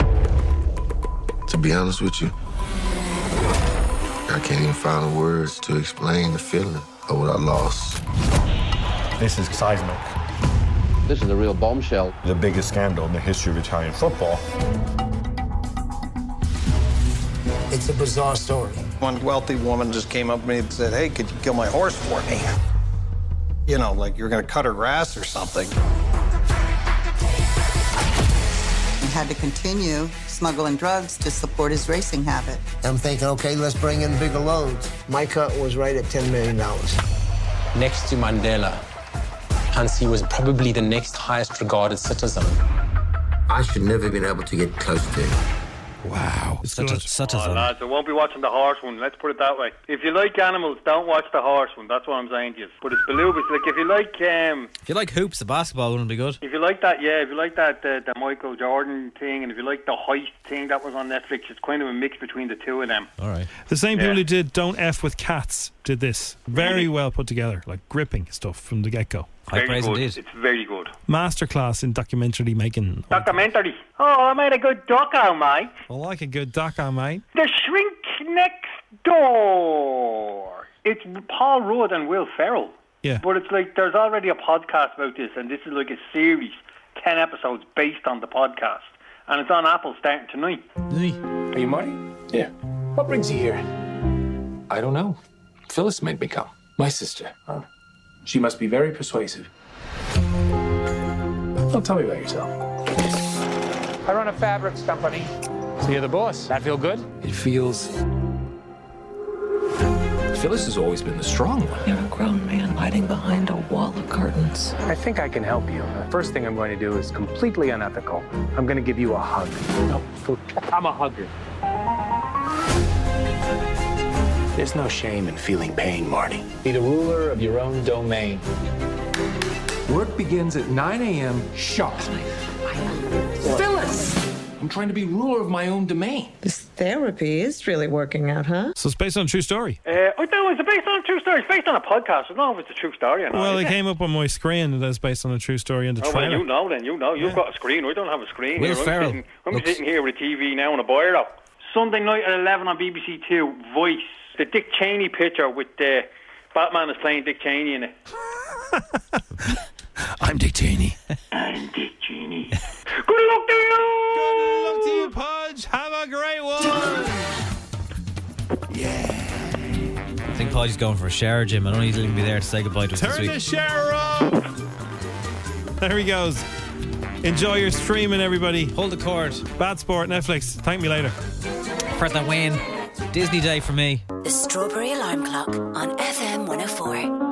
[SPEAKER 22] To be honest with you, I can't even find the words to explain the feeling of what I lost.
[SPEAKER 23] This is seismic. This is a real bombshell. The biggest scandal in the history of Italian football.
[SPEAKER 24] It's a bizarre story. One wealthy woman just came up to me and said, Hey, could you kill my horse for me?
[SPEAKER 25] you know, like you're going to cut her grass or something.
[SPEAKER 26] He had to continue smuggling drugs to support his racing habit.
[SPEAKER 24] I'm thinking, okay, let's bring in bigger loads. My cut was right at $10 million.
[SPEAKER 27] next to Mandela. Hansi was probably the next highest regarded citizen.
[SPEAKER 22] I should never have been able to get close to him. Wow.
[SPEAKER 4] Such a, such
[SPEAKER 22] a
[SPEAKER 16] Oh, lads, I won't be watching the horse one. Let's put it that way. If you like animals, don't watch the horse one. That's what I'm saying to you. But it's Balubas. Like if you like, um,
[SPEAKER 4] If you like hoops, the basketball wouldn't be good.
[SPEAKER 16] if you like that, yeah. If you like that, uh, the Michael Jordan thing, and if you like the heist thing that was on Netflix, it's kind of a mix between the two of them.
[SPEAKER 4] All right.
[SPEAKER 5] The same
[SPEAKER 16] Yeah.
[SPEAKER 5] people who did "Don't F with Cats" did this very well put together, like gripping stuff from the get-go.
[SPEAKER 16] very good. It's very good.
[SPEAKER 5] Masterclass in documentary making.
[SPEAKER 16] Documentary. Oh, I made a good oh, doco, mate.
[SPEAKER 5] I like a good doco, mate.
[SPEAKER 16] The Shrink Next Door. It's Paul Rudd and Will Ferrell.
[SPEAKER 5] Yeah.
[SPEAKER 16] But it's like there's already a podcast about this, and this is like a series, ten episodes based on the podcast, and it's on Apple starting tonight.
[SPEAKER 19] Are you Marty? Yeah. What brings you here? I don't know. Phyllis made me come. My sister. Huh? She must be very persuasive. Well, tell me about yourself.
[SPEAKER 20] I run a fabrics company.
[SPEAKER 19] So you're the boss. That feel good? It feels. Phyllis has always been the strong one.
[SPEAKER 26] You're a grown man hiding behind a wall of curtains.
[SPEAKER 19] I think I can help you. The first thing I'm going to do is completely unethical. I'm going to give you a hug. No, I'm a hugger. There's no shame in feeling pain, Marty. Be the ruler of your own domain.
[SPEAKER 20] Work begins at 9 a.m. sharp.
[SPEAKER 19] Phyllis! I'm trying to be ruler of my own domain.
[SPEAKER 26] This therapy is really working out, huh?
[SPEAKER 5] So it's based on a true story.
[SPEAKER 16] Uh, oh, no, it's based on a true story. It's based on a podcast. I don't know if it's a true story or not.
[SPEAKER 5] Well,
[SPEAKER 16] is
[SPEAKER 5] it
[SPEAKER 16] it?
[SPEAKER 5] came up on my screen and that's based on a true story in the
[SPEAKER 16] Oh, well,
[SPEAKER 5] trailer.
[SPEAKER 16] you know then. You know. You've got a screen. I don't have a screen.
[SPEAKER 5] Will
[SPEAKER 16] here. I'm
[SPEAKER 5] Ferrell
[SPEAKER 16] sitting, I'm
[SPEAKER 5] looks-
[SPEAKER 16] sitting here with a TV now and a biro. Sunday night at 11 on BBC Two, Voice. The Dick Cheney picture with uh, Batman is playing Dick Cheney in it.
[SPEAKER 4] [LAUGHS] I'm Dick Cheney.
[SPEAKER 16] I'm Dick [LAUGHS] Cheney.
[SPEAKER 5] Good luck to you! Good luck to you, Pudge. Have a great
[SPEAKER 16] [LAUGHS]
[SPEAKER 5] one.
[SPEAKER 4] I think Podgy's going for a shower, Jim. I don't need to even be there to say goodbye to us this
[SPEAKER 5] Turn the
[SPEAKER 4] week.
[SPEAKER 5] shower off. There he goes. Enjoy your streaming, everybody. Hold the cord. Bad sport, Netflix. Thank me later.
[SPEAKER 4] For the win. Disney Day for me.
[SPEAKER 6] The Strawberry Alarm Clock on FM 104.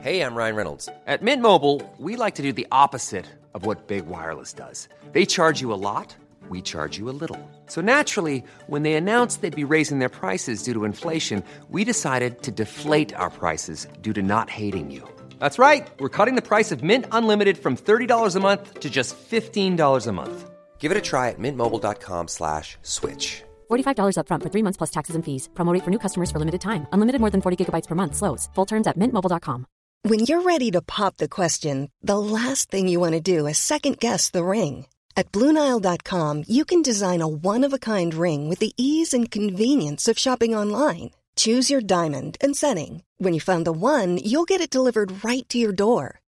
[SPEAKER 1] Hey, I'm Ryan Reynolds. At Mint Mobile, we like to do the opposite of what Big Wireless does. They charge you a lot, we charge you a little. So naturally, when they announced they'd be raising their prices due to inflation, we decided to deflate our prices due to not hating you. That's right. We're cutting the price of Mint Unlimited from $30 a month to just $15 a month. Give it a try at mintmobile.com slash switch.
[SPEAKER 2] $45 upfront for three months plus taxes and fees. Promo rate for new customers for limited time. Unlimited more than 40 gigabytes per month. Slows. Full terms at mintmobile.com.
[SPEAKER 28] When you're ready to pop the question, the last thing you want to do is second guess the ring. At Bluenile.com, you can design a one of a kind ring with the ease and convenience of shopping online. Choose your diamond and setting. When you find the one, you'll get it delivered right to your door.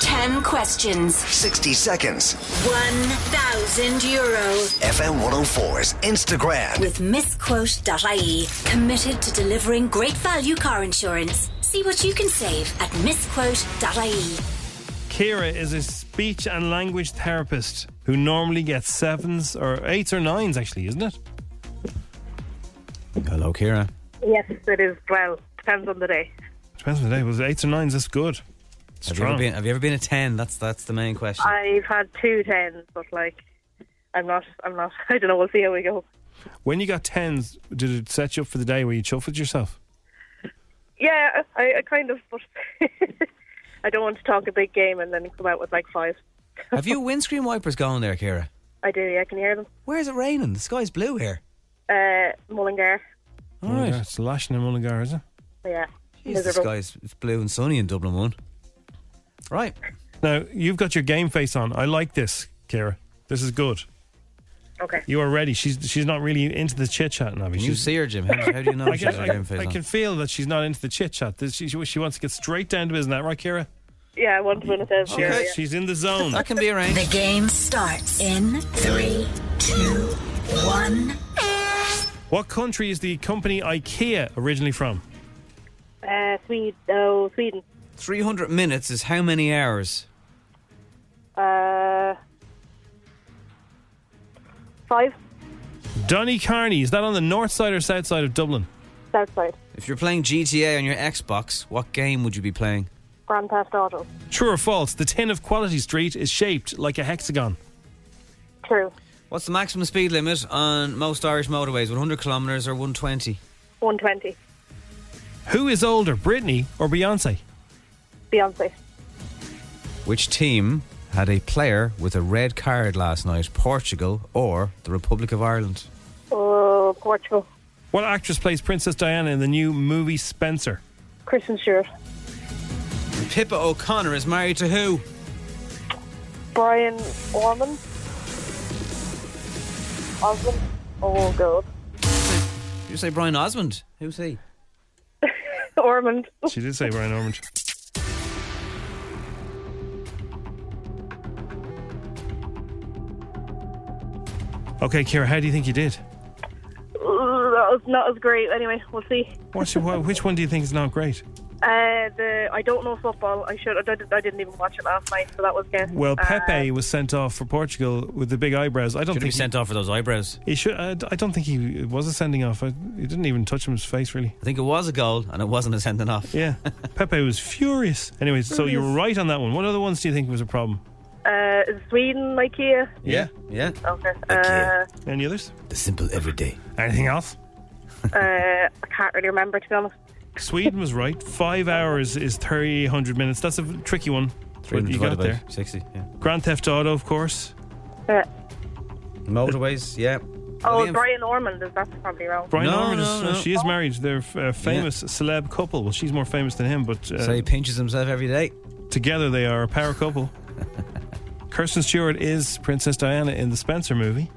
[SPEAKER 6] Ten questions.
[SPEAKER 3] 60 seconds.
[SPEAKER 6] 1,000 euro.
[SPEAKER 3] FM 104's Instagram.
[SPEAKER 6] With misquote.ie, committed to delivering great value car insurance. See what you can save at misquote.ie.
[SPEAKER 5] Kira is a speech and language therapist who normally gets sevens or eights or nines, actually, isn't it?
[SPEAKER 4] Hello, Kira.
[SPEAKER 29] Yes, it is. Well, depends on the day.
[SPEAKER 5] Depends on the day. Was it eights or nines? That's good.
[SPEAKER 4] Have you, ever
[SPEAKER 5] Strong.
[SPEAKER 4] been, have you ever been a 10? That's that's the main
[SPEAKER 5] [LAUGHS]
[SPEAKER 4] question.
[SPEAKER 29] [LAUGHS] I've had two tens, but like, I'm not. I'm not. I don't know. We'll see how we go.
[SPEAKER 5] When you got tens, did it set you up for the day where you chuffed with yourself?
[SPEAKER 29] Yeah, I, I kind of, but [LAUGHS] I don't want to talk a big game and then come out with like five.
[SPEAKER 4] Have you windscreen wipers going there, Kira?
[SPEAKER 29] I do, yeah, I can hear them.
[SPEAKER 4] Where is it raining? The sky's blue here.
[SPEAKER 29] Uh, Mullingar,
[SPEAKER 5] All right. Oh, It's lashing in Mullingar, is it?
[SPEAKER 29] yeah.
[SPEAKER 4] Jeez, the
[SPEAKER 29] miserable.
[SPEAKER 4] sky's it's blue and sunny in Dublin 1. Right.
[SPEAKER 5] Now, you've got your game face on. I like this, Kira. This is good.
[SPEAKER 29] Okay.
[SPEAKER 5] You are ready. She's she's not really into the chit chat, Navi.
[SPEAKER 4] Can
[SPEAKER 5] She's,
[SPEAKER 4] you see her, Jim? How, how do you know
[SPEAKER 5] I,
[SPEAKER 4] she's
[SPEAKER 5] can,
[SPEAKER 4] got
[SPEAKER 5] I,
[SPEAKER 4] a game face
[SPEAKER 5] I
[SPEAKER 4] on?
[SPEAKER 5] can feel that she's not into the chit chat. She, she, she wants to get straight down to it, isn't that right, Kira?
[SPEAKER 29] Yeah, I want to win it out.
[SPEAKER 5] She's, she's in the zone.
[SPEAKER 4] That can be arranged.
[SPEAKER 6] The game starts in three, two, one.
[SPEAKER 5] What country is the company IKEA originally from?
[SPEAKER 29] Uh, Sweden, oh, Sweden.
[SPEAKER 4] 300 minutes is how many hours?
[SPEAKER 29] Uh, five,
[SPEAKER 5] Donny Carney. Is that on the north side or south side of Dublin?
[SPEAKER 29] south side,
[SPEAKER 4] If you're playing GTA on your Xbox, what game would you be playing?
[SPEAKER 29] Grand Theft Auto.
[SPEAKER 5] True or false? The tin of Quality Street is shaped like a hexagon.
[SPEAKER 29] True.
[SPEAKER 4] What's the maximum speed limit on most Irish motorways? 100 kilometres or 120?
[SPEAKER 29] 120,
[SPEAKER 5] Who is older, Britney or Beyonce?
[SPEAKER 29] Beyonce.
[SPEAKER 4] Which team had a player with a red card last night? Portugal or the Republic of Ireland?
[SPEAKER 29] Oh, Portugal.
[SPEAKER 5] What actress plays Princess Diana in the new movie Spencer?
[SPEAKER 29] Kristen Stewart.
[SPEAKER 4] Pippa O'Connor is married to who?
[SPEAKER 29] Brian Orman. Osmond. Oh, God.
[SPEAKER 4] You say Brian Osmond. Who's he?
[SPEAKER 29] [LAUGHS] Ormond.
[SPEAKER 5] She did say Brian Orange. Okay, Kira, how do you think you did?
[SPEAKER 29] Ooh, that was not as great. Anyway, we'll see.
[SPEAKER 5] What's your, what, which one do you think is not great?
[SPEAKER 29] Uh, the I don't know football. I should. I didn't, I didn't even watch it last night, so that was good.
[SPEAKER 5] Well,
[SPEAKER 29] Uh,
[SPEAKER 5] Pepe was sent off for Portugal with the big eyebrows. I don't
[SPEAKER 4] Should
[SPEAKER 5] think
[SPEAKER 4] be sent off for those eyebrows.
[SPEAKER 5] He, he should. I, I don't think he was a sending off. I, he didn't even touch him his face really.
[SPEAKER 4] I think it was a goal and it wasn't a sending off. [LAUGHS]
[SPEAKER 5] Yeah, Pepe was furious. Anyways, so you were right on that one. What other ones do you think was a problem?
[SPEAKER 29] Uh, Sweden, IKEA.
[SPEAKER 5] Yeah, yeah.
[SPEAKER 29] Okay. Uh,
[SPEAKER 5] Any others?
[SPEAKER 4] The simple everyday.
[SPEAKER 5] Anything else?
[SPEAKER 29] uh, I can't really remember to be honest.
[SPEAKER 5] Sweden was right. Five hours is 300 minutes. That's a tricky one. But you got
[SPEAKER 4] divided by
[SPEAKER 5] there.
[SPEAKER 4] 60, yeah.
[SPEAKER 5] Grand Theft Auto, of course.
[SPEAKER 29] Uh,
[SPEAKER 4] Motorways, yeah.
[SPEAKER 29] oh,
[SPEAKER 5] Liam-
[SPEAKER 29] Brian Ormond. That's probably wrong.
[SPEAKER 5] Brian
[SPEAKER 4] No,
[SPEAKER 5] Ormond
[SPEAKER 4] no,
[SPEAKER 5] is, uh,
[SPEAKER 4] no.
[SPEAKER 5] she is married. They're f- a famous celeb couple. Well, she's more famous than him, but. uh,
[SPEAKER 4] So he pinches himself every day.
[SPEAKER 5] Together they are a power
[SPEAKER 4] [LAUGHS]
[SPEAKER 5] couple. Kirsten Stewart is Princess Diana in the Spencer movie.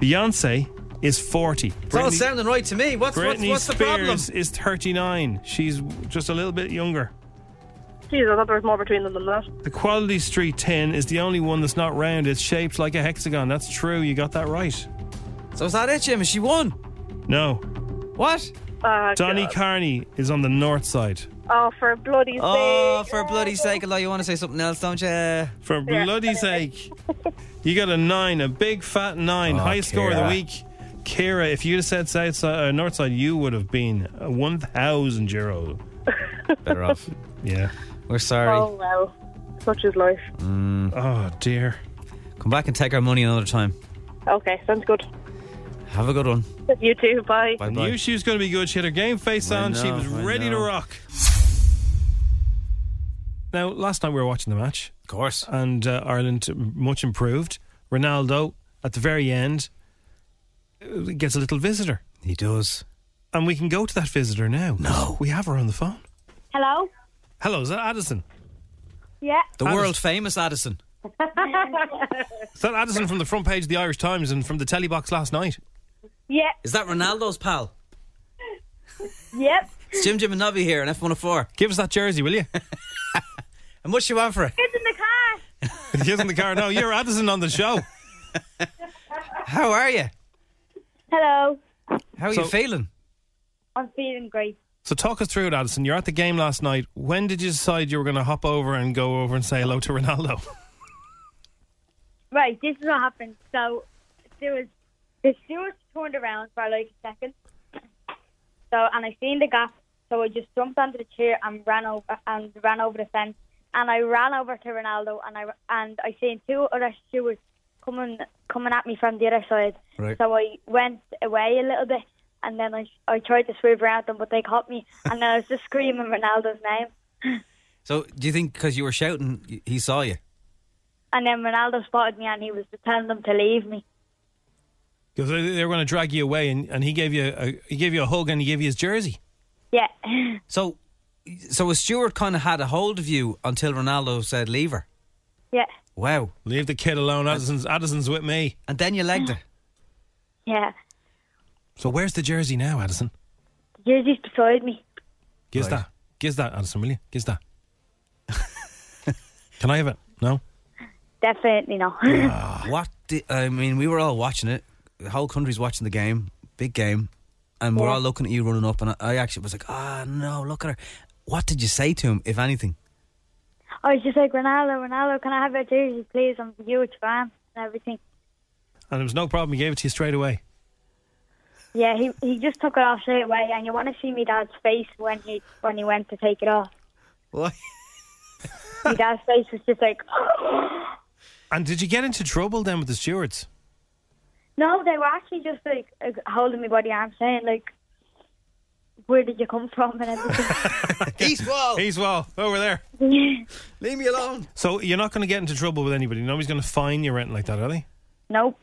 [SPEAKER 5] Beyonce is 40.
[SPEAKER 4] It's all sounding right to me. What's, what's,
[SPEAKER 5] Britney
[SPEAKER 4] what's the problem?
[SPEAKER 5] Spears is 39. She's just a little bit younger.
[SPEAKER 29] Jeez, I thought there was more between them than that.
[SPEAKER 5] The Quality Street tin is the only one that's not round. It's shaped like a hexagon. That's true. You got that right.
[SPEAKER 4] So is that it, Jim? Is she won?
[SPEAKER 5] No.
[SPEAKER 4] What?
[SPEAKER 29] Uh,
[SPEAKER 5] Donny Carney is on the north side.
[SPEAKER 29] Oh, for bloody
[SPEAKER 4] Oh,
[SPEAKER 29] sake!
[SPEAKER 4] for bloody sake, although you want to say something else, don't you?
[SPEAKER 5] For bloody sake. You got a nine, a big fat nine.
[SPEAKER 4] Oh,
[SPEAKER 5] Highest score of the
[SPEAKER 4] Kira.
[SPEAKER 5] week. Kira, if you'd have said south side, uh, north side, you would have been uh, 1,000 euro.
[SPEAKER 29] [LAUGHS]
[SPEAKER 4] Better off.
[SPEAKER 5] Yeah.
[SPEAKER 4] We're sorry.
[SPEAKER 29] Oh well, such is life.
[SPEAKER 4] Mm.
[SPEAKER 5] Oh, dear.
[SPEAKER 4] Come back and take our money another time.
[SPEAKER 29] Okay, sounds good.
[SPEAKER 4] Have a good one.
[SPEAKER 29] You too. Bye.
[SPEAKER 4] Bye
[SPEAKER 5] Knew
[SPEAKER 4] bye.
[SPEAKER 5] she was going to be good. She had her game face
[SPEAKER 4] I
[SPEAKER 5] on. she
[SPEAKER 4] know,
[SPEAKER 5] was
[SPEAKER 4] I
[SPEAKER 5] ready to
[SPEAKER 4] know.
[SPEAKER 5] rock. Now, last night we were watching the match. Of
[SPEAKER 4] course.
[SPEAKER 5] And uh, Ireland much improved. Ronaldo, at the very end, uh, gets a little visitor.
[SPEAKER 4] He does.
[SPEAKER 5] And we can go to that visitor now. No. We have her on the phone.
[SPEAKER 18] Hello?
[SPEAKER 5] Hello, is that Addison?
[SPEAKER 18] Yeah.
[SPEAKER 5] The Addison. [LAUGHS]
[SPEAKER 4] world famous Addison.
[SPEAKER 5] Is that Addison from the front page of the Irish Times and from the telly box last night?
[SPEAKER 18] yeah.
[SPEAKER 4] Is that Ronaldo's pal?
[SPEAKER 18] [LAUGHS] Yep.
[SPEAKER 4] It's Jim Jim and Nobby here on F104.
[SPEAKER 5] Give us that jersey, will you?
[SPEAKER 4] [LAUGHS] and what's you want for it?
[SPEAKER 18] It's in the
[SPEAKER 4] Ah,
[SPEAKER 18] car.
[SPEAKER 5] He isn't the car. No, you're Addison on the show.
[SPEAKER 4] [LAUGHS] How are you?
[SPEAKER 18] Hello.
[SPEAKER 4] How are
[SPEAKER 5] So-
[SPEAKER 4] you feeling?
[SPEAKER 18] I'm feeling great.
[SPEAKER 5] So talk us through it, Addison. You're at the game last night. When did you decide you were going to hop over and go over and say hello to Ronaldo? [LAUGHS]
[SPEAKER 18] Right, this is what happened. So there was the steward turned around for like a second. So and I seen the gap, so I just jumped onto the chair and ran over and ran over the fence. And I ran over to Ronaldo and I and I seen two other stewards coming coming at me from the other side.
[SPEAKER 7] Right.
[SPEAKER 18] So I went away a little bit, and then I I tried to swerve around them, but they caught me, and then I was just screaming Ronaldo's name,
[SPEAKER 4] [LAUGHS] So, do you think because you were shouting, y- he saw you?
[SPEAKER 18] and then Ronaldo spotted me, and he was telling them to leave me.
[SPEAKER 5] Because they they were going to drag you away, and, and he gave you a, he gave you a hug and he gave you his jersey.
[SPEAKER 18] Yeah.
[SPEAKER 4] So, so was Stewart kind of had a hold of you until Ronaldo said, "Leave her."
[SPEAKER 18] Yeah.
[SPEAKER 4] Wow.
[SPEAKER 5] Leave the kid alone. Addison's Addison's with me.
[SPEAKER 4] And then you legged her.
[SPEAKER 18] Yeah.
[SPEAKER 5] So where's the jersey now, Addison?
[SPEAKER 18] Jersey's beside me.
[SPEAKER 5] Gives that. Gives that, Addison, will you? Gives that. [LAUGHS] Can I have it? No.
[SPEAKER 18] Definitely not.
[SPEAKER 4] what? Di- I mean, we were all watching it. The whole country's watching the game. Big game. And we're all looking at you running up. And I, I actually was like, "Ah, no! Look at her." What did you say to him, if anything?
[SPEAKER 18] [LAUGHS] I was just like Ronaldo, Ronaldo, can I have your jersey, please? I'm a huge fan and everything.
[SPEAKER 5] And it was no problem. He gave it to you straight away.
[SPEAKER 18] Yeah, he he just took it off straight away, and you want to see me dad's face when he when he went to take it off.
[SPEAKER 4] What?
[SPEAKER 5] [LAUGHS]
[SPEAKER 18] my dad's face was just like, [GASPS]
[SPEAKER 5] And did you get into trouble then with the
[SPEAKER 4] [LAUGHS]
[SPEAKER 5] stewards?
[SPEAKER 18] no, they were actually just like uh, holding me by the arm, saying like, where did you come from and
[SPEAKER 5] [LAUGHS]
[SPEAKER 18] everything.
[SPEAKER 4] East Wall.
[SPEAKER 5] East Wall. Over there.
[SPEAKER 4] [LAUGHS] Leave me alone.
[SPEAKER 5] So you're not going to get into trouble with anybody. Nobody's going to fine you or anything like that, are they?
[SPEAKER 18] nope,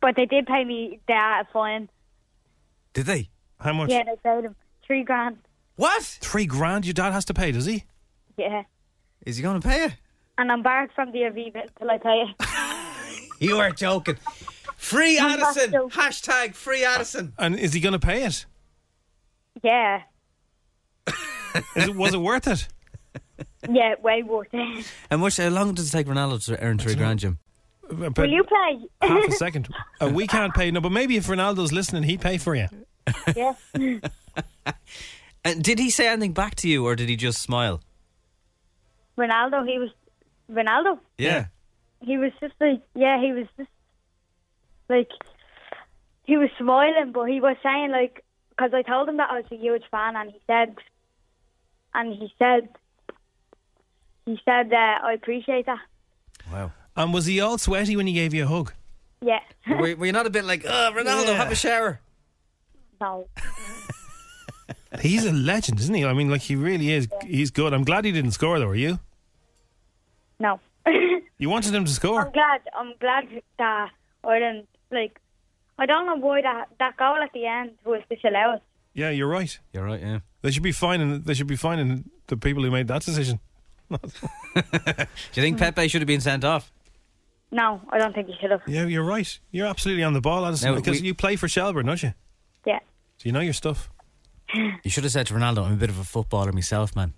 [SPEAKER 18] but they did pay me that fine.
[SPEAKER 4] Did they?
[SPEAKER 5] How much?
[SPEAKER 18] Yeah, they paid him three grand.
[SPEAKER 4] What?
[SPEAKER 5] Three grand. Your dad has to pay, does he?
[SPEAKER 18] Yeah,
[SPEAKER 4] Is he going to pay it?
[SPEAKER 18] and I'm barred from the Aviva until I pay it.
[SPEAKER 4] You are joking. Free
[SPEAKER 18] I'm not
[SPEAKER 4] Addison. Hashtag free Addison.
[SPEAKER 5] And is he going to pay it?
[SPEAKER 18] Yeah,
[SPEAKER 5] Is it, was it worth it?
[SPEAKER 18] yeah, way worth it.
[SPEAKER 4] [LAUGHS] And much, how long does it take Ronaldo to earn three grand, Jim?
[SPEAKER 18] Will you play? [LAUGHS]
[SPEAKER 5] Half a second. Uh, we can't pay. No, but maybe if Ronaldo's listening, he'd pay for you.
[SPEAKER 18] yeah.
[SPEAKER 4] And did he say anything back to you, or did he just smile?
[SPEAKER 18] Ronaldo, he was Ronaldo.
[SPEAKER 4] Yeah.
[SPEAKER 18] He was just like, yeah, he was just like, he was smiling, but he was saying like, because I told him that I was a huge fan, and he said, and he said, he said that I appreciate that.
[SPEAKER 4] Wow.
[SPEAKER 5] And was he all sweaty when he gave you a hug?
[SPEAKER 18] Yeah.
[SPEAKER 4] were, were you not a bit like, oh, Ronaldo,
[SPEAKER 5] Yeah.
[SPEAKER 4] have a shower?
[SPEAKER 18] No.
[SPEAKER 5] He's a legend, isn't he? I mean, like he really is. He's good. I'm glad he didn't score, though. Are you?
[SPEAKER 18] No.
[SPEAKER 5] You wanted him to
[SPEAKER 18] I'm
[SPEAKER 5] score.
[SPEAKER 18] glad. I'm glad that Ireland like. I don't know why that that goal at the end was disallowed.
[SPEAKER 5] Yeah, you're right.
[SPEAKER 4] You're right. Yeah.
[SPEAKER 5] They should be fining. They should be fining the people who made
[SPEAKER 4] [LAUGHS]
[SPEAKER 5] that decision.
[SPEAKER 4] Do you think Pepe should have been sent off?
[SPEAKER 18] No, I don't think he should have.
[SPEAKER 5] Yeah, you're right. You're absolutely on the ball, Addison.
[SPEAKER 4] No,
[SPEAKER 5] because
[SPEAKER 4] we-
[SPEAKER 5] you play for Shelburne, don't you?
[SPEAKER 18] Yeah. [LAUGHS]
[SPEAKER 5] So you know your stuff.
[SPEAKER 4] You should have said to Ronaldo, I'm a bit of a footballer myself, man.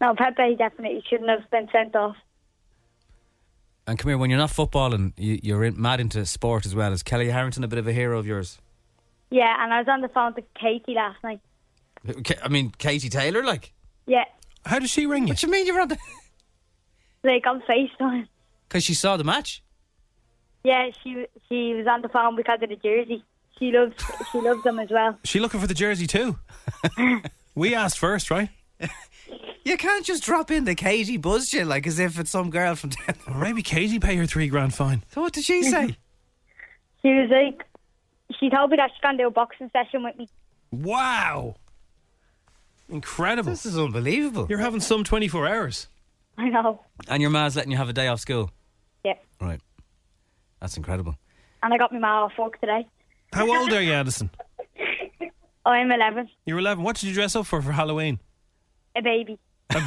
[SPEAKER 18] No, Pepe definitely shouldn't have been sent off.
[SPEAKER 4] And come here, when you're not footballing, you, you're in, mad into sport as well. Is Kelly Harrington a bit of a hero of yours?
[SPEAKER 18] Yeah, and I was on the phone to Katie last night.
[SPEAKER 4] K- I mean, Katie Taylor, like.
[SPEAKER 18] Yeah,
[SPEAKER 5] How does she ring you? What
[SPEAKER 4] you mean you were on the.
[SPEAKER 18] like on FaceTime.
[SPEAKER 4] Because she saw the match.
[SPEAKER 18] Yeah, she she was on the phone because of the jersey. She loves she loves them as well.
[SPEAKER 5] She looking for the
[SPEAKER 4] [LAUGHS]
[SPEAKER 5] jersey too. we asked first, right?
[SPEAKER 4] You can't just drop in the Katie buzzed you, like as if it's some girl from town.
[SPEAKER 5] Or maybe Katie pay her three grand fine.
[SPEAKER 4] So what did she say?
[SPEAKER 18] [LAUGHS] She was like, she told me that she's gonna do a boxing session with me.
[SPEAKER 5] Wow. Incredible. This
[SPEAKER 4] is unbelievable.
[SPEAKER 5] You're having some 24 hours.
[SPEAKER 18] I know.
[SPEAKER 4] And your ma's letting you have a day off school.
[SPEAKER 18] Yeah,
[SPEAKER 4] Right. That's incredible.
[SPEAKER 18] and I got my mouth off work today.
[SPEAKER 5] How old are you, Addison?
[SPEAKER 18] I'm 11,
[SPEAKER 5] You're 11. What did you dress up for for Halloween?
[SPEAKER 18] a baby.
[SPEAKER 5] [LAUGHS]